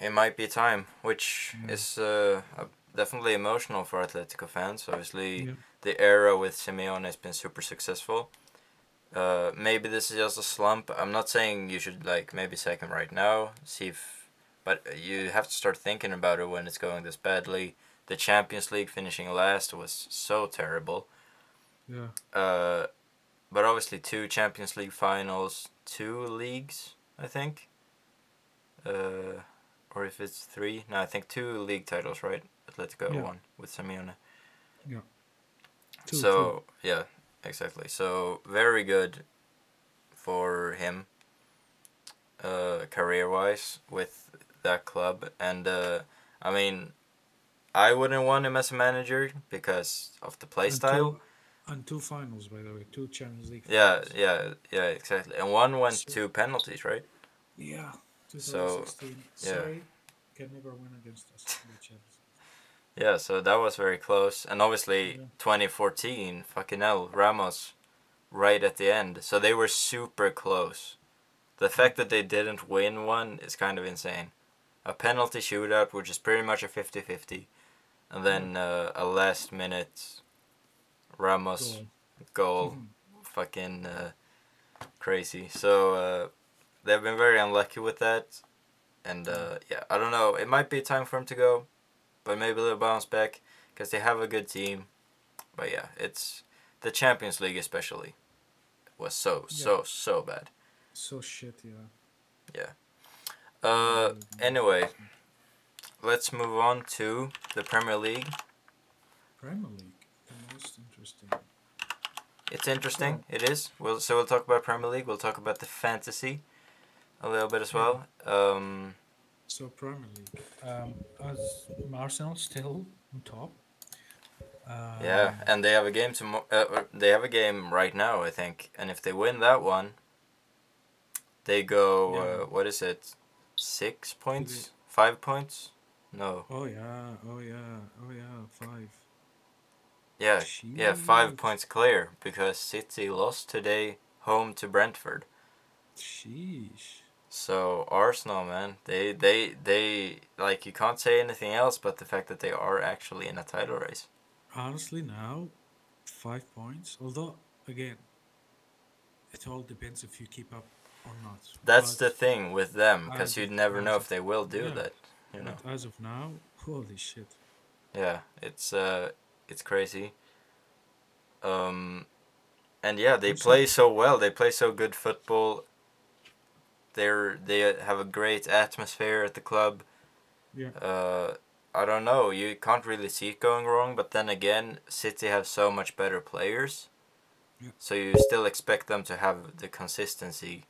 Speaker 1: It might be time, which
Speaker 3: Yeah.
Speaker 1: is uh, uh, definitely emotional for Atletico fans. Obviously,
Speaker 3: Yeah.
Speaker 1: the era with Simeone has been super successful. Uh, maybe this is just a slump. I'm not saying you should like maybe sack him right now. See if, but you have to start thinking about it when it's going this badly. The Champions League finishing last was so terrible.
Speaker 3: Yeah,
Speaker 1: Uh, but obviously two Champions League finals, two leagues, I think. Uh, or if it's three. No, I think two league titles, right? Atletico
Speaker 3: Yeah.
Speaker 1: won with Simeone.
Speaker 3: Two, two.
Speaker 1: so yeah, exactly. So very good for him, uh, career wise with that club, and uh, I mean, I wouldn't want him as a manager because of the play
Speaker 3: And
Speaker 1: style.
Speaker 3: two- and two finals, by the way, two Champions League.
Speaker 1: Yeah,
Speaker 3: finals.
Speaker 1: yeah, yeah, exactly. And one went
Speaker 3: So-
Speaker 1: to penalties, right?
Speaker 3: yeah. 2016.
Speaker 1: yeah.
Speaker 3: Sorry, can never win against us. in the Champions League.
Speaker 1: Yeah, so that was very close. And obviously,
Speaker 3: Yeah.
Speaker 1: 2014, fucking hell, Ramos right at the end. So they were super close. The fact that they didn't win one is kind of insane. A penalty shootout, which is pretty much a 50 50, and then uh, a last minute Ramos
Speaker 3: Goal.
Speaker 1: goal. Fucking uh, crazy. So uh, they've been very unlucky with that. And uh, yeah, I don't know. It might be time for him to go, but maybe they'll bounce back because they have a good team. But yeah, it's the Champions League, especially, was so, so, so bad.
Speaker 3: So shit, yeah.
Speaker 1: Uh, anyway, let's move on to the Premier League.
Speaker 3: Premier League, the most interesting.
Speaker 1: It's interesting. It is. We'll so we'll talk about Premier League. We'll talk about the fantasy a little bit as well. Um,
Speaker 3: So Premier League.
Speaker 4: Um, as Arsenal still on top.
Speaker 3: uh,
Speaker 4: Um,
Speaker 1: yeah, and they have a game tomorrow. Uh, uh, they have a game right now, I think. And if they win that one, they go.
Speaker 4: Yeah.
Speaker 1: Uh, what is it? Six points? Five points? No.
Speaker 3: Oh yeah, oh yeah, oh yeah. Five.
Speaker 1: Yeah, yeah, five
Speaker 3: Jeez.
Speaker 1: points clear because City lost today home to Brentford.
Speaker 3: Sheesh.
Speaker 1: So Arsenal, man, they they they like you can't say anything else but the fact that they are actually in a title race.
Speaker 3: Honestly, now five points. Although, again, it all depends if you keep up or not.
Speaker 1: That's
Speaker 3: but,
Speaker 1: the thing with them because
Speaker 3: I
Speaker 1: you'd
Speaker 3: just-
Speaker 1: never
Speaker 3: I
Speaker 1: know if
Speaker 3: just-
Speaker 1: they will do
Speaker 3: yeah.
Speaker 1: that. You know.
Speaker 3: But as of now, holy shit.
Speaker 1: Yeah, it's uh, it's crazy. Um, and yeah, they
Speaker 3: I'm sorry.
Speaker 1: play so well. They play so good football. They're they have a great atmosphere at the club.
Speaker 3: Yeah.
Speaker 1: Uh, I don't know. You can't really see it going wrong. But then again, City have so much better players.
Speaker 3: Yeah.
Speaker 1: So you still expect them to have the consistency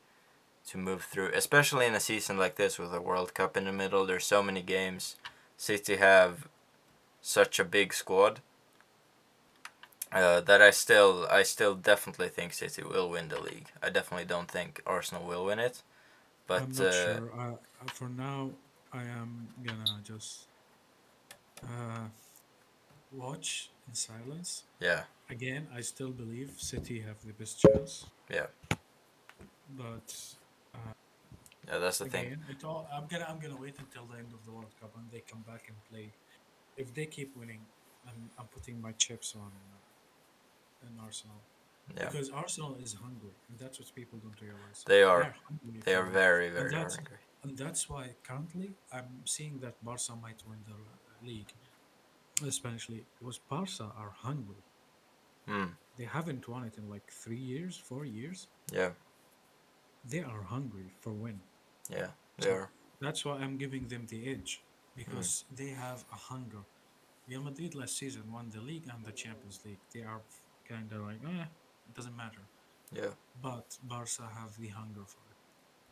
Speaker 1: to move through, especially in a season like this with a World Cup in the middle. There's so many games. City have such a big squad uh, that I still I still definitely think City will win the league. I definitely don't think Arsenal will win it, but
Speaker 3: I'm not
Speaker 1: uh,
Speaker 3: sure. Uh, uh, for now, I am gonna just uh, watch in silence.
Speaker 1: yeah,
Speaker 3: Again, I still believe City have the best chance.
Speaker 1: Yeah.
Speaker 3: But
Speaker 1: yeah, that's the thing.
Speaker 3: again, it all, I'm gonna I'm gonna wait until the end of the World Cup and they come back and play. If they keep winning, I'm, I'm putting my chips on uh, an Arsenal
Speaker 1: Yeah,
Speaker 3: because Arsenal is hungry, and that's what people don't realize.
Speaker 1: they are
Speaker 3: hungry
Speaker 1: they
Speaker 3: for
Speaker 1: are
Speaker 3: it.
Speaker 1: very very
Speaker 3: that's-
Speaker 1: hungry.
Speaker 3: And that's why currently I'm seeing that Barca might win the uh, league, the Spanish league, because Barca are hungry.
Speaker 1: Mm,
Speaker 3: They haven't won it in like three years, four years.
Speaker 1: yeah,
Speaker 3: They are hungry for win.
Speaker 1: yeah, they are.
Speaker 3: That's why I'm giving them the edge because they have a hunger. Real Madrid last season won the league and the Champions League. They are kind of like, eh, it doesn't matter.
Speaker 1: Yeah,
Speaker 3: but Barca have the hunger for it,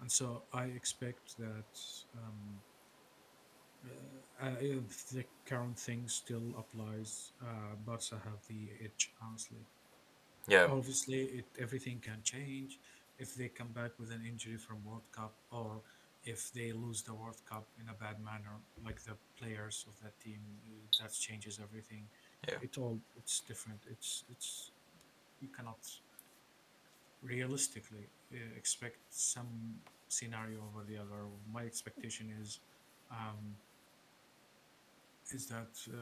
Speaker 3: and so I expect that um, uh, uh, if the current thing still applies, uh, Barca have the edge. Honestly, Oh,
Speaker 1: yeah,
Speaker 3: obviously, it, everything can change if they come back with an injury from World Cup, or if they lose the World Cup in a bad manner, like the players of that team, uh, that changes everything.
Speaker 1: Yeah.
Speaker 3: It all it's different. It's it's you cannot realistically uh, expect some scenario over the other. My expectation is. Um, is that uh,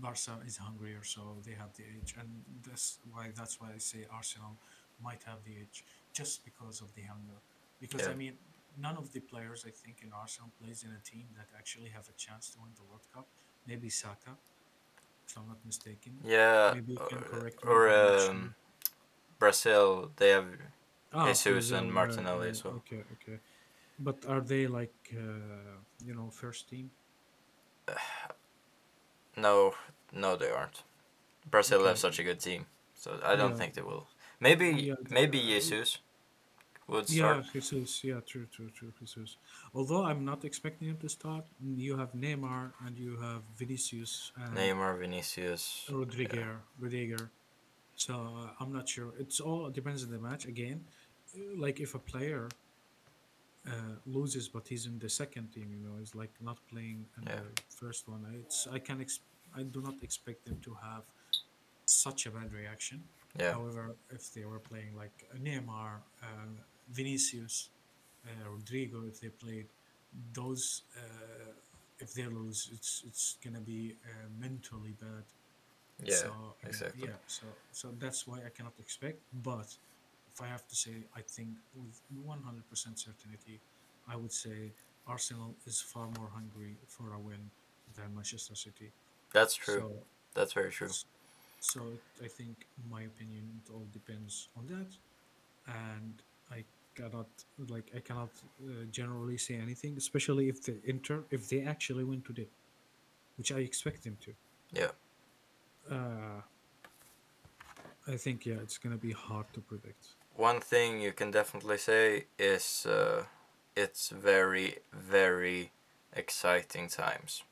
Speaker 3: Barca is hungrier, so they have the edge, and that's why that's why I say Arsenal might have the edge just because of the hunger. Because I
Speaker 1: Yeah.
Speaker 3: mean, none of the players I think in Arsenal plays in a team that actually have a chance to win the World Cup. Maybe Saka, if I'm not mistaken.
Speaker 1: yeah.
Speaker 3: Maybe you can correct me
Speaker 1: Or, or
Speaker 3: if I'm not sure.
Speaker 1: um, Brazil, they have
Speaker 3: Ah,
Speaker 1: Jesus
Speaker 3: Brazil,
Speaker 1: and
Speaker 3: yeah,
Speaker 1: Martinelli
Speaker 3: yeah,
Speaker 1: as well.
Speaker 3: um, uh, Okay, okay. But are they like, uh, you know, first team?
Speaker 1: No, no, they aren't. Brazil
Speaker 3: Okay.
Speaker 1: have such a good team, so I don't
Speaker 3: Yeah.
Speaker 1: think they will. Maybe
Speaker 3: Yeah, they-
Speaker 1: maybe Jesus would
Speaker 3: Yeah,
Speaker 1: start.
Speaker 3: Jesus. Yeah, true, true, true, Jesus. Although I'm not expecting him to start. n- You have Neymar and you have Vinicius and
Speaker 1: Neymar, Vinicius.
Speaker 3: Rodriguez, Rodriguez. So uh, I'm not sure. It's all depends on the match again. uh, Like if a player uh, loses, but he's in the second team, you know, he's like not playing in
Speaker 1: Yeah.
Speaker 3: the first one. It's I can ex- I do not expect them to have such a bad reaction.
Speaker 1: Yeah,
Speaker 3: However, if they were playing like Neymar, uh, Vinicius, uh, Rodrigo, if they played those, uh, if they lose, it's it's gonna be uh, mentally bad.
Speaker 1: yeah,
Speaker 3: So, uh,
Speaker 1: exactly.
Speaker 3: Yeah. So so that's why I cannot expect. But if I have to say, I think with one hundred percent certainty, I would say Arsenal is far more hungry for a win than Manchester City.
Speaker 1: That's true.
Speaker 3: So,
Speaker 1: That's very true.
Speaker 3: S- So it- I think, in my opinion, it all depends on that, and I cannot like I cannot uh, generally say anything, especially if they enter if they actually win today, which I expect them to.
Speaker 1: Yeah,
Speaker 3: Uh, I think yeah, it's gonna be hard to predict.
Speaker 1: one thing you can definitely say is uh, it's very very exciting times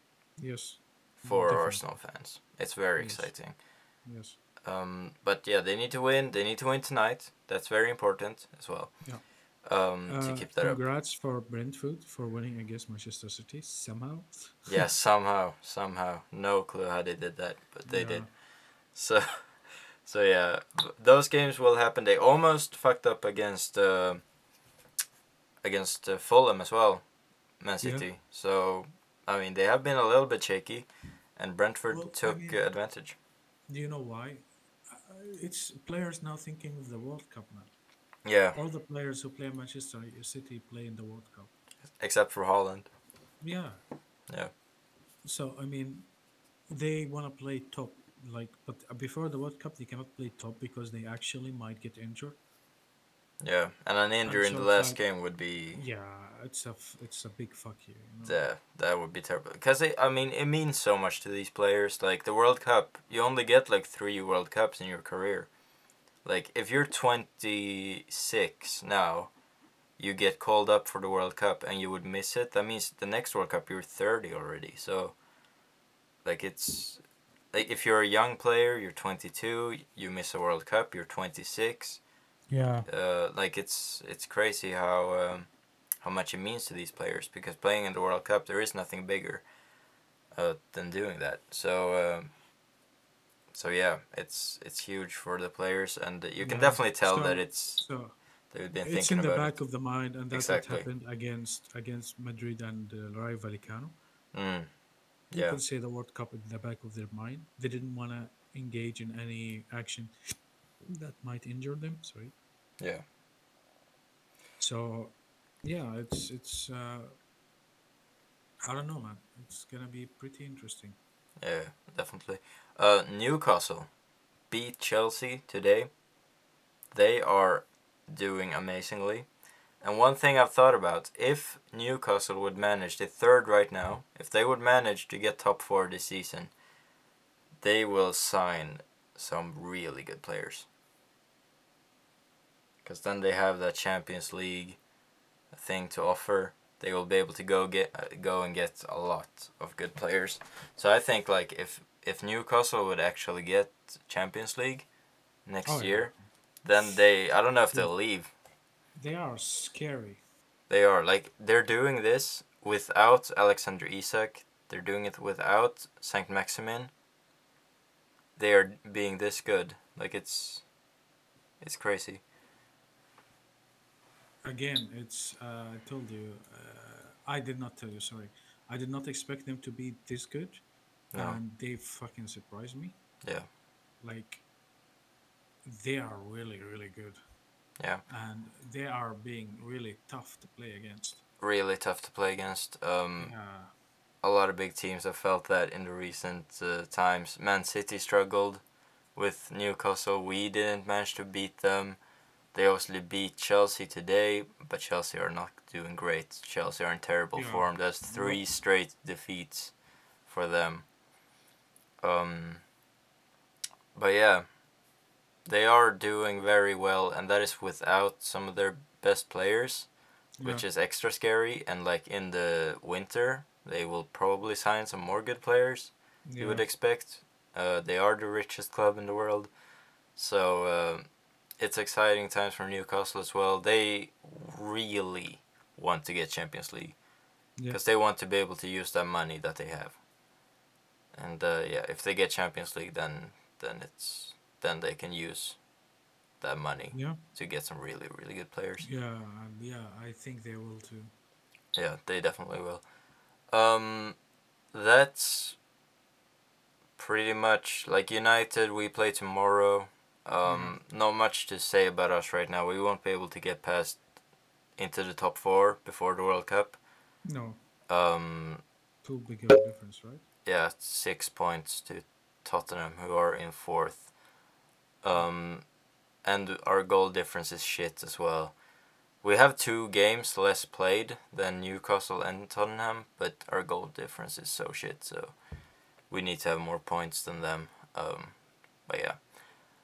Speaker 3: Yes,
Speaker 1: for
Speaker 3: Definitely.
Speaker 1: Arsenal fans. It's very
Speaker 3: Yes.
Speaker 1: exciting.
Speaker 3: yes,
Speaker 1: Um, but yeah, they need to win. They need to win tonight. That's very important as well.
Speaker 3: Yeah.
Speaker 1: Um,
Speaker 3: uh,
Speaker 1: to keep that up.
Speaker 3: congrats for Brentford for winning against Manchester City somehow.
Speaker 1: yeah, somehow, somehow, no clue how they did that, but they did.
Speaker 3: Yeah.
Speaker 1: So, so yeah, th- those games will happen. They almost fucked up against uh, against uh, Fulham as well, Man
Speaker 3: Yeah.
Speaker 1: City. So, I mean, they have been a little bit shaky, and Brentford
Speaker 3: Well, I
Speaker 1: took
Speaker 3: mean-
Speaker 1: uh, advantage.
Speaker 3: Do you know why? Uh, It's players now thinking of the World Cup now.
Speaker 1: Yeah,
Speaker 3: all the players who play in Manchester City play in the World Cup.
Speaker 1: except for Holland.
Speaker 3: Yeah.
Speaker 1: Yeah,
Speaker 3: So I mean, they want to play top. Like, but before the World Cup, they cannot play top because they actually might get injured.
Speaker 1: yeah, and an injury in the
Speaker 3: so
Speaker 1: last
Speaker 3: like-
Speaker 1: game would be
Speaker 3: Yeah, it's a f- it's a big fuck you. you know?
Speaker 1: Yeah, that would be terrible. Because, I mean, it means so much to these players. Like, the World Cup, you only get like three World Cups in your career. Like, if you're 26 now, you get called up for the World Cup and you would miss it. That means the next World Cup, you're 30 already. So, like, it's. Like, if you're a young player, you're 22, you miss a World Cup, you're 26.
Speaker 4: Yeah.
Speaker 1: Uh, like, it's it's crazy how. Um, how much it means to these players because playing in the World Cup, there is nothing bigger uh, than doing that. So, um, so yeah, it's it's huge for the players, and you can
Speaker 3: Yeah,
Speaker 1: definitely tell
Speaker 3: so-
Speaker 1: that it's
Speaker 3: So
Speaker 1: they've been
Speaker 3: it's
Speaker 1: thinking
Speaker 3: in the
Speaker 1: about
Speaker 3: back of the mind, and that's
Speaker 1: Exactly.
Speaker 3: what happened against against Madrid and uh, Rayo Vallecano.
Speaker 1: it. Mm,
Speaker 3: You
Speaker 1: Yeah.
Speaker 3: can say the World Cup in the back of their mind. They didn't want to engage in any action that might injure them. Sorry.
Speaker 1: yeah,
Speaker 3: So, yeah, it's it's. Uh, I don't know, man. It's gonna be pretty interesting.
Speaker 1: yeah, definitely. Uh, Newcastle beat Chelsea today. They are doing amazingly. And one thing I've thought about, if Newcastle would manage, they're third right now, if they would manage to get top four this season, they will sign some really good players. Because then they have that Champions League thing to offer. They will be able to go get uh, go and get a lot of good players. So I think like if if Newcastle would actually get Champions League next
Speaker 3: Oh, yeah.
Speaker 1: year, then they I don't know if they'll leave.
Speaker 3: They are scary.
Speaker 1: They are like they're doing this without Alexander Isak. They're doing it without Saint Maximin. They are being this good. Like it's, it's crazy.
Speaker 3: Again, it's. Uh, I told you. Uh, I did not tell you. Sorry. I did not expect them to be this good,
Speaker 1: No.
Speaker 3: and they fucking surprised me.
Speaker 1: Yeah.
Speaker 3: Like. They are really, really good,
Speaker 1: Yeah.
Speaker 3: and they are being really tough to play against. Uh,
Speaker 1: Really tough to play against. Um,
Speaker 3: Yeah.
Speaker 1: a lot of big teams have felt that in the recent uh, times. Man City struggled with Newcastle. We didn't manage to beat them. They obviously beat Chelsea today, but Chelsea are not doing great. Chelsea are in terrible
Speaker 3: Yeah.
Speaker 1: form. That's three straight defeats for them. Um, but yeah, they are doing very well, and that is without some of their best players, which is extra scary. And like in the winter, they will probably sign some more good players you would expect. Uh, they are the richest club in the world, so uh, it's exciting times for Newcastle as well. They really want to get Champions League
Speaker 3: Yeah.
Speaker 1: because they want to be able to use that money that they have. And uh, yeah, if they get Champions League, then then it's then they can use that money
Speaker 3: yeah,
Speaker 1: to get some really really good players.
Speaker 3: yeah, and yeah. I think they will too.
Speaker 1: Yeah, they definitely will. Um, that's pretty much like United. We play tomorrow. Um, not much to say about us right now. We won't be able to get past into the top four before the World Cup.
Speaker 3: No,
Speaker 1: Um,
Speaker 3: too big of a difference, right?
Speaker 1: yeah, six points to Tottenham, who are in fourth. Um, and our goal difference is shit as well. We have two games less played than Newcastle and Tottenham, but our goal difference is so shit, so we need to have more points than them. Um, but yeah,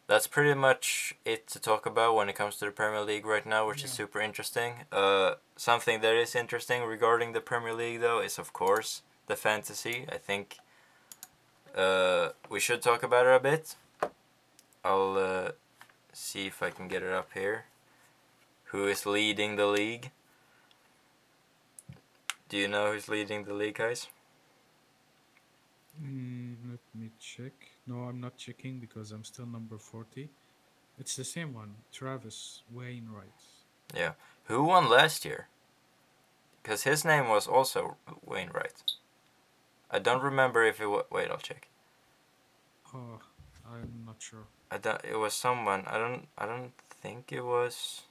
Speaker 1: that's pretty much it to talk about when it comes to the Premier League right now, which is
Speaker 3: Yeah.
Speaker 1: super interesting. Uh, something that is interesting regarding the Premier League, though, is of course the fantasy. I think uh, we should talk about it a bit. I'll uh, see if I can get it up here. Who is leading the league? Do you know who's leading the league, guys?
Speaker 3: Mm, let me check. No, I'm not checking because I'm still number 40. It's the same one, Travis Wainwright.
Speaker 1: Who won last year? Because his name was also Wainwright. I don't remember if it was. Wait, I'll check.
Speaker 3: Oh, I'm not sure.
Speaker 1: I don't, it was someone. I don't. I don't think it was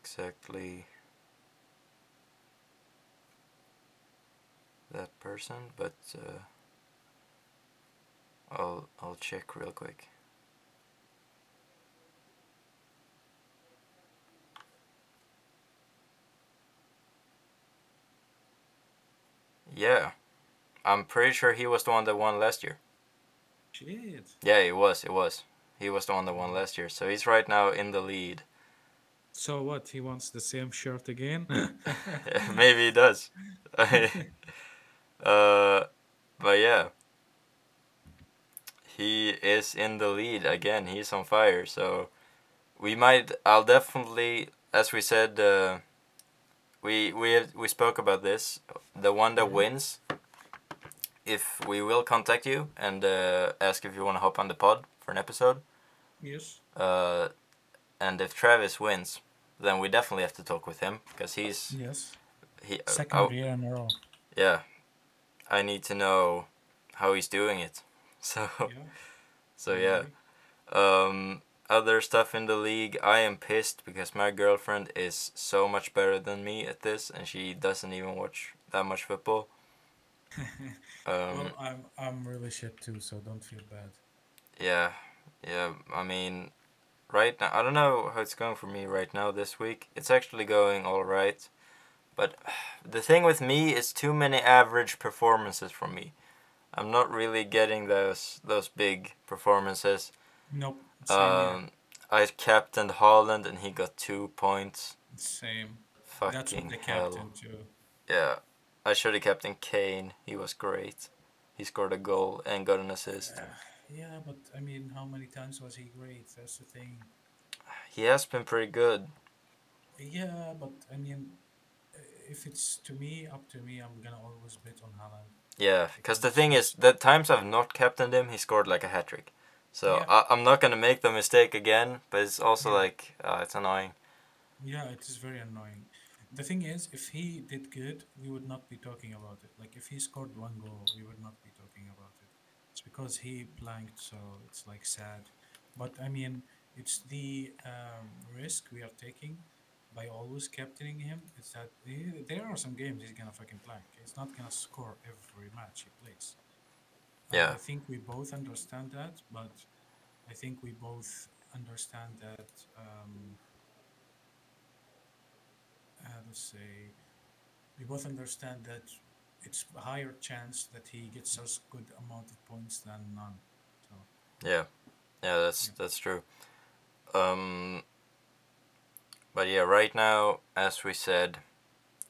Speaker 1: exactly that person, but uh, I'll I'll check real quick. Yeah, I'm pretty sure he was the one that won last year.
Speaker 3: Shit.
Speaker 1: Yeah, it was. It was. He was the one that won last year, so he's right now in the lead.
Speaker 3: So what? He wants the same shirt again?
Speaker 1: Maybe he does. uh, but yeah, he is in the lead again. He's on fire. So we might. I'll definitely, as we said, uh, we we have, we spoke about this. The one that wins, if we will contact you and uh, ask if you want to hop on the pod for an episode.
Speaker 3: yes.
Speaker 1: Uh, and if Travis wins, then we definitely have to talk with him because he's
Speaker 4: Yes.
Speaker 1: he. uh,
Speaker 4: Second
Speaker 1: oh,
Speaker 4: year in a row.
Speaker 1: yeah, I need to know how he's doing it. So
Speaker 3: Yeah.
Speaker 1: so yeah. Um, other stuff in the league, I am pissed because my girlfriend is so much better than me at this, and she doesn't even watch that much football. um,
Speaker 4: well, I'm, I'm really shit too, so don't feel bad.
Speaker 1: Yeah, yeah. I mean, right now, I don't know how it's going for me right now this week. It's actually going all right, but the thing with me is too many average performances from me. I'm not really getting those those big performances.
Speaker 4: Nope. Same. here.
Speaker 1: Um, I captained Holland and he got two points.
Speaker 4: Same. That's
Speaker 1: Fucking
Speaker 4: what the
Speaker 1: hell.
Speaker 4: captain too.
Speaker 1: Yeah, I should have captain Kane. He was great. He scored a goal and got an assist.
Speaker 4: Yeah, but I mean, how many times was he great? That's the thing.
Speaker 1: He has been pretty good.
Speaker 4: Yeah, but I mean, uh, if it's to me, up to me, I'm gonna always bet on Haaland.
Speaker 1: Yeah, because the thing is, the times I've not captained him, he scored like a hat trick. So
Speaker 4: Yeah.
Speaker 1: I, I'm not gonna make the mistake again. But it's also
Speaker 4: Yeah.
Speaker 1: like uh, it's annoying.
Speaker 4: Yeah, it is very annoying. The thing is, if he did good, we would not be talking about it. Like if he scored one goal, we would not be talking about it. It's because he blanked, so it's like sad. But I mean, it's the um, risk we are taking by always captaining him. It's that he, there are some games he's gonna fucking blank. He's not gonna score every match he plays. And
Speaker 1: Yeah.
Speaker 4: I think we both understand that, but
Speaker 3: I think we both understand that. Um, how to say? We both understand that it's a higher chance that he gets us good amount of points than none. So
Speaker 1: Yeah, yeah, that's
Speaker 3: Yeah.
Speaker 1: that's true. Um, but yeah, right now, as we said,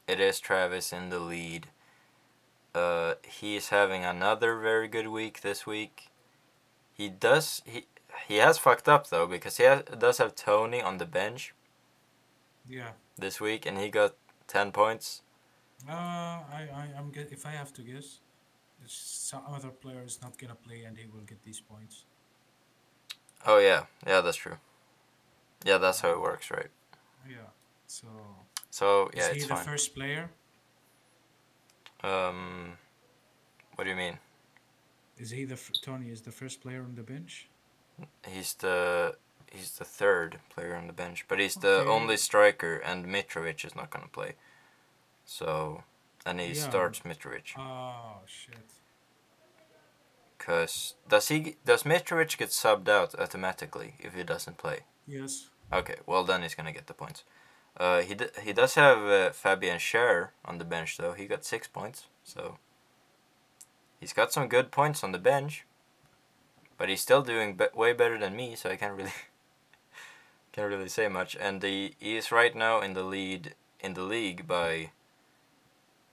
Speaker 1: it is Travis in the lead. Uh, he's having another very good week this week. He does he he has fucked up though because he has, does have Tony on the bench
Speaker 3: yeah,
Speaker 1: this week and he got ten points.
Speaker 3: uh, I, I I'm get, if I have to guess, there's some other player is not gonna play and he will get these points.
Speaker 1: Oh yeah, yeah, that's true. Yeah, that's how it works, right?
Speaker 3: Yeah. So
Speaker 1: So
Speaker 3: is
Speaker 1: yeah,
Speaker 3: he
Speaker 1: it's
Speaker 3: the
Speaker 1: fine.
Speaker 3: first player?
Speaker 1: Um, what do you mean?
Speaker 3: Is he the f- Tony is the first player on the bench?
Speaker 1: He's the he's the third player on the bench, but he's the
Speaker 3: Okay.
Speaker 1: only striker, and Mitrovic is not gonna play. So, and he
Speaker 3: Yeah.
Speaker 1: starts Mitrovic.
Speaker 3: Oh shit.
Speaker 1: Cause does he does Mitrovic get subbed out automatically if he doesn't play?
Speaker 3: Yes.
Speaker 1: Okay, well then he's gonna get the points. Uh, he d- he does have uh, Fabian Scher on the bench though. He got six points, so he's got some good points on the bench. But he's still doing be- way better than me, so I can't really can't really say much. And he, he is right now in the lead in the league by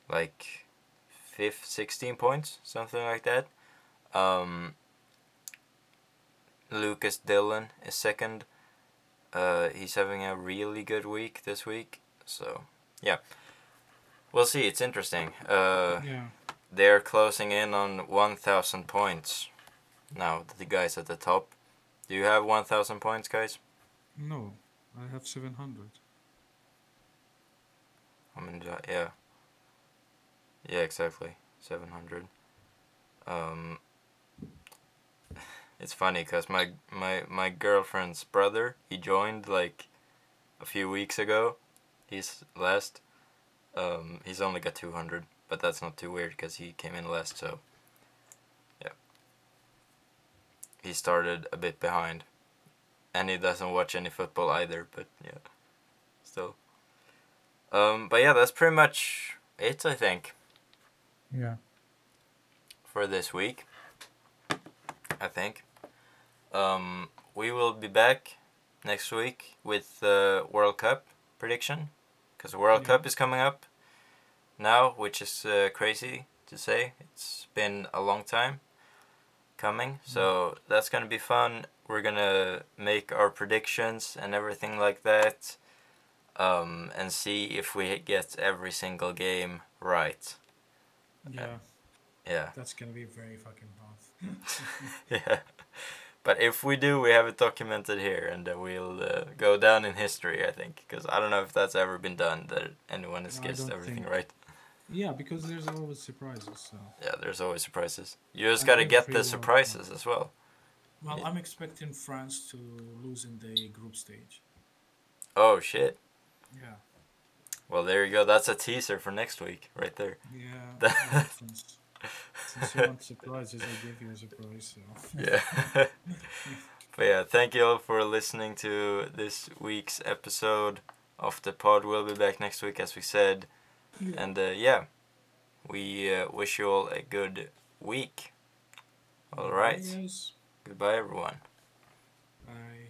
Speaker 1: like fifth, sixteen points, something like that. Um, Lucas Dillon is second. Uh, he's having a really good week this week, so yeah, we'll see. It's interesting. Uh,
Speaker 3: Yeah.
Speaker 1: they're closing in on 1,000 points. Now, the guys at the top. Do you have 1,000 points, guys?
Speaker 3: No, I have seven hundred.
Speaker 1: I mean, do I- yeah. Yeah, exactly. 700. Um, it's funny because my, my, my girlfriend's brother, he joined like a few weeks ago. He's last. Um, he's only got 200, but that's not too weird because he came in last, so. Yeah. He started a bit behind. And he doesn't watch any football either, but yeah. Still. Um, but yeah, that's pretty much it, I think,
Speaker 3: Yeah.
Speaker 1: for this week. I think. Um, we will be back next week with the World Cup prediction, because the World
Speaker 3: Yeah.
Speaker 1: Cup is coming up now, which is uh, crazy to say. It's been a long time coming, so that's gonna be fun. We're gonna make our predictions and everything like that, um, and see if we get every single game right.
Speaker 3: Yeah.
Speaker 1: Yeah.
Speaker 3: That's gonna be very fucking rough.
Speaker 1: yeah. But if we do, we have it documented here, and uh, we'll uh, go down in history, I think, because I don't know if that's ever been done that anyone has
Speaker 3: No, I
Speaker 1: guessed
Speaker 3: don't
Speaker 1: everything
Speaker 3: think-
Speaker 1: right.
Speaker 3: yeah, because there's always surprises. So.
Speaker 1: Yeah, there's always surprises. You just
Speaker 3: I
Speaker 1: gotta
Speaker 3: think
Speaker 1: get
Speaker 3: free
Speaker 1: the
Speaker 3: will, yeah.
Speaker 1: surprises as well.
Speaker 3: Well,
Speaker 1: Yeah.
Speaker 3: I'm expecting France to lose in the group stage.
Speaker 1: Oh shit!
Speaker 3: Yeah.
Speaker 1: Well, there you go. That's a teaser for next week, right there.
Speaker 3: Yeah.
Speaker 1: That-
Speaker 3: well, since, since you want surprises, I gave you a surprise. So.
Speaker 1: Yeah. but yeah, thank you all for listening to this week's episode of the pod. We'll be back next week, as we said. And uh, yeah, we uh, wish you all a good week. All right.
Speaker 3: Yes.
Speaker 1: Goodbye, everyone.
Speaker 3: Bye.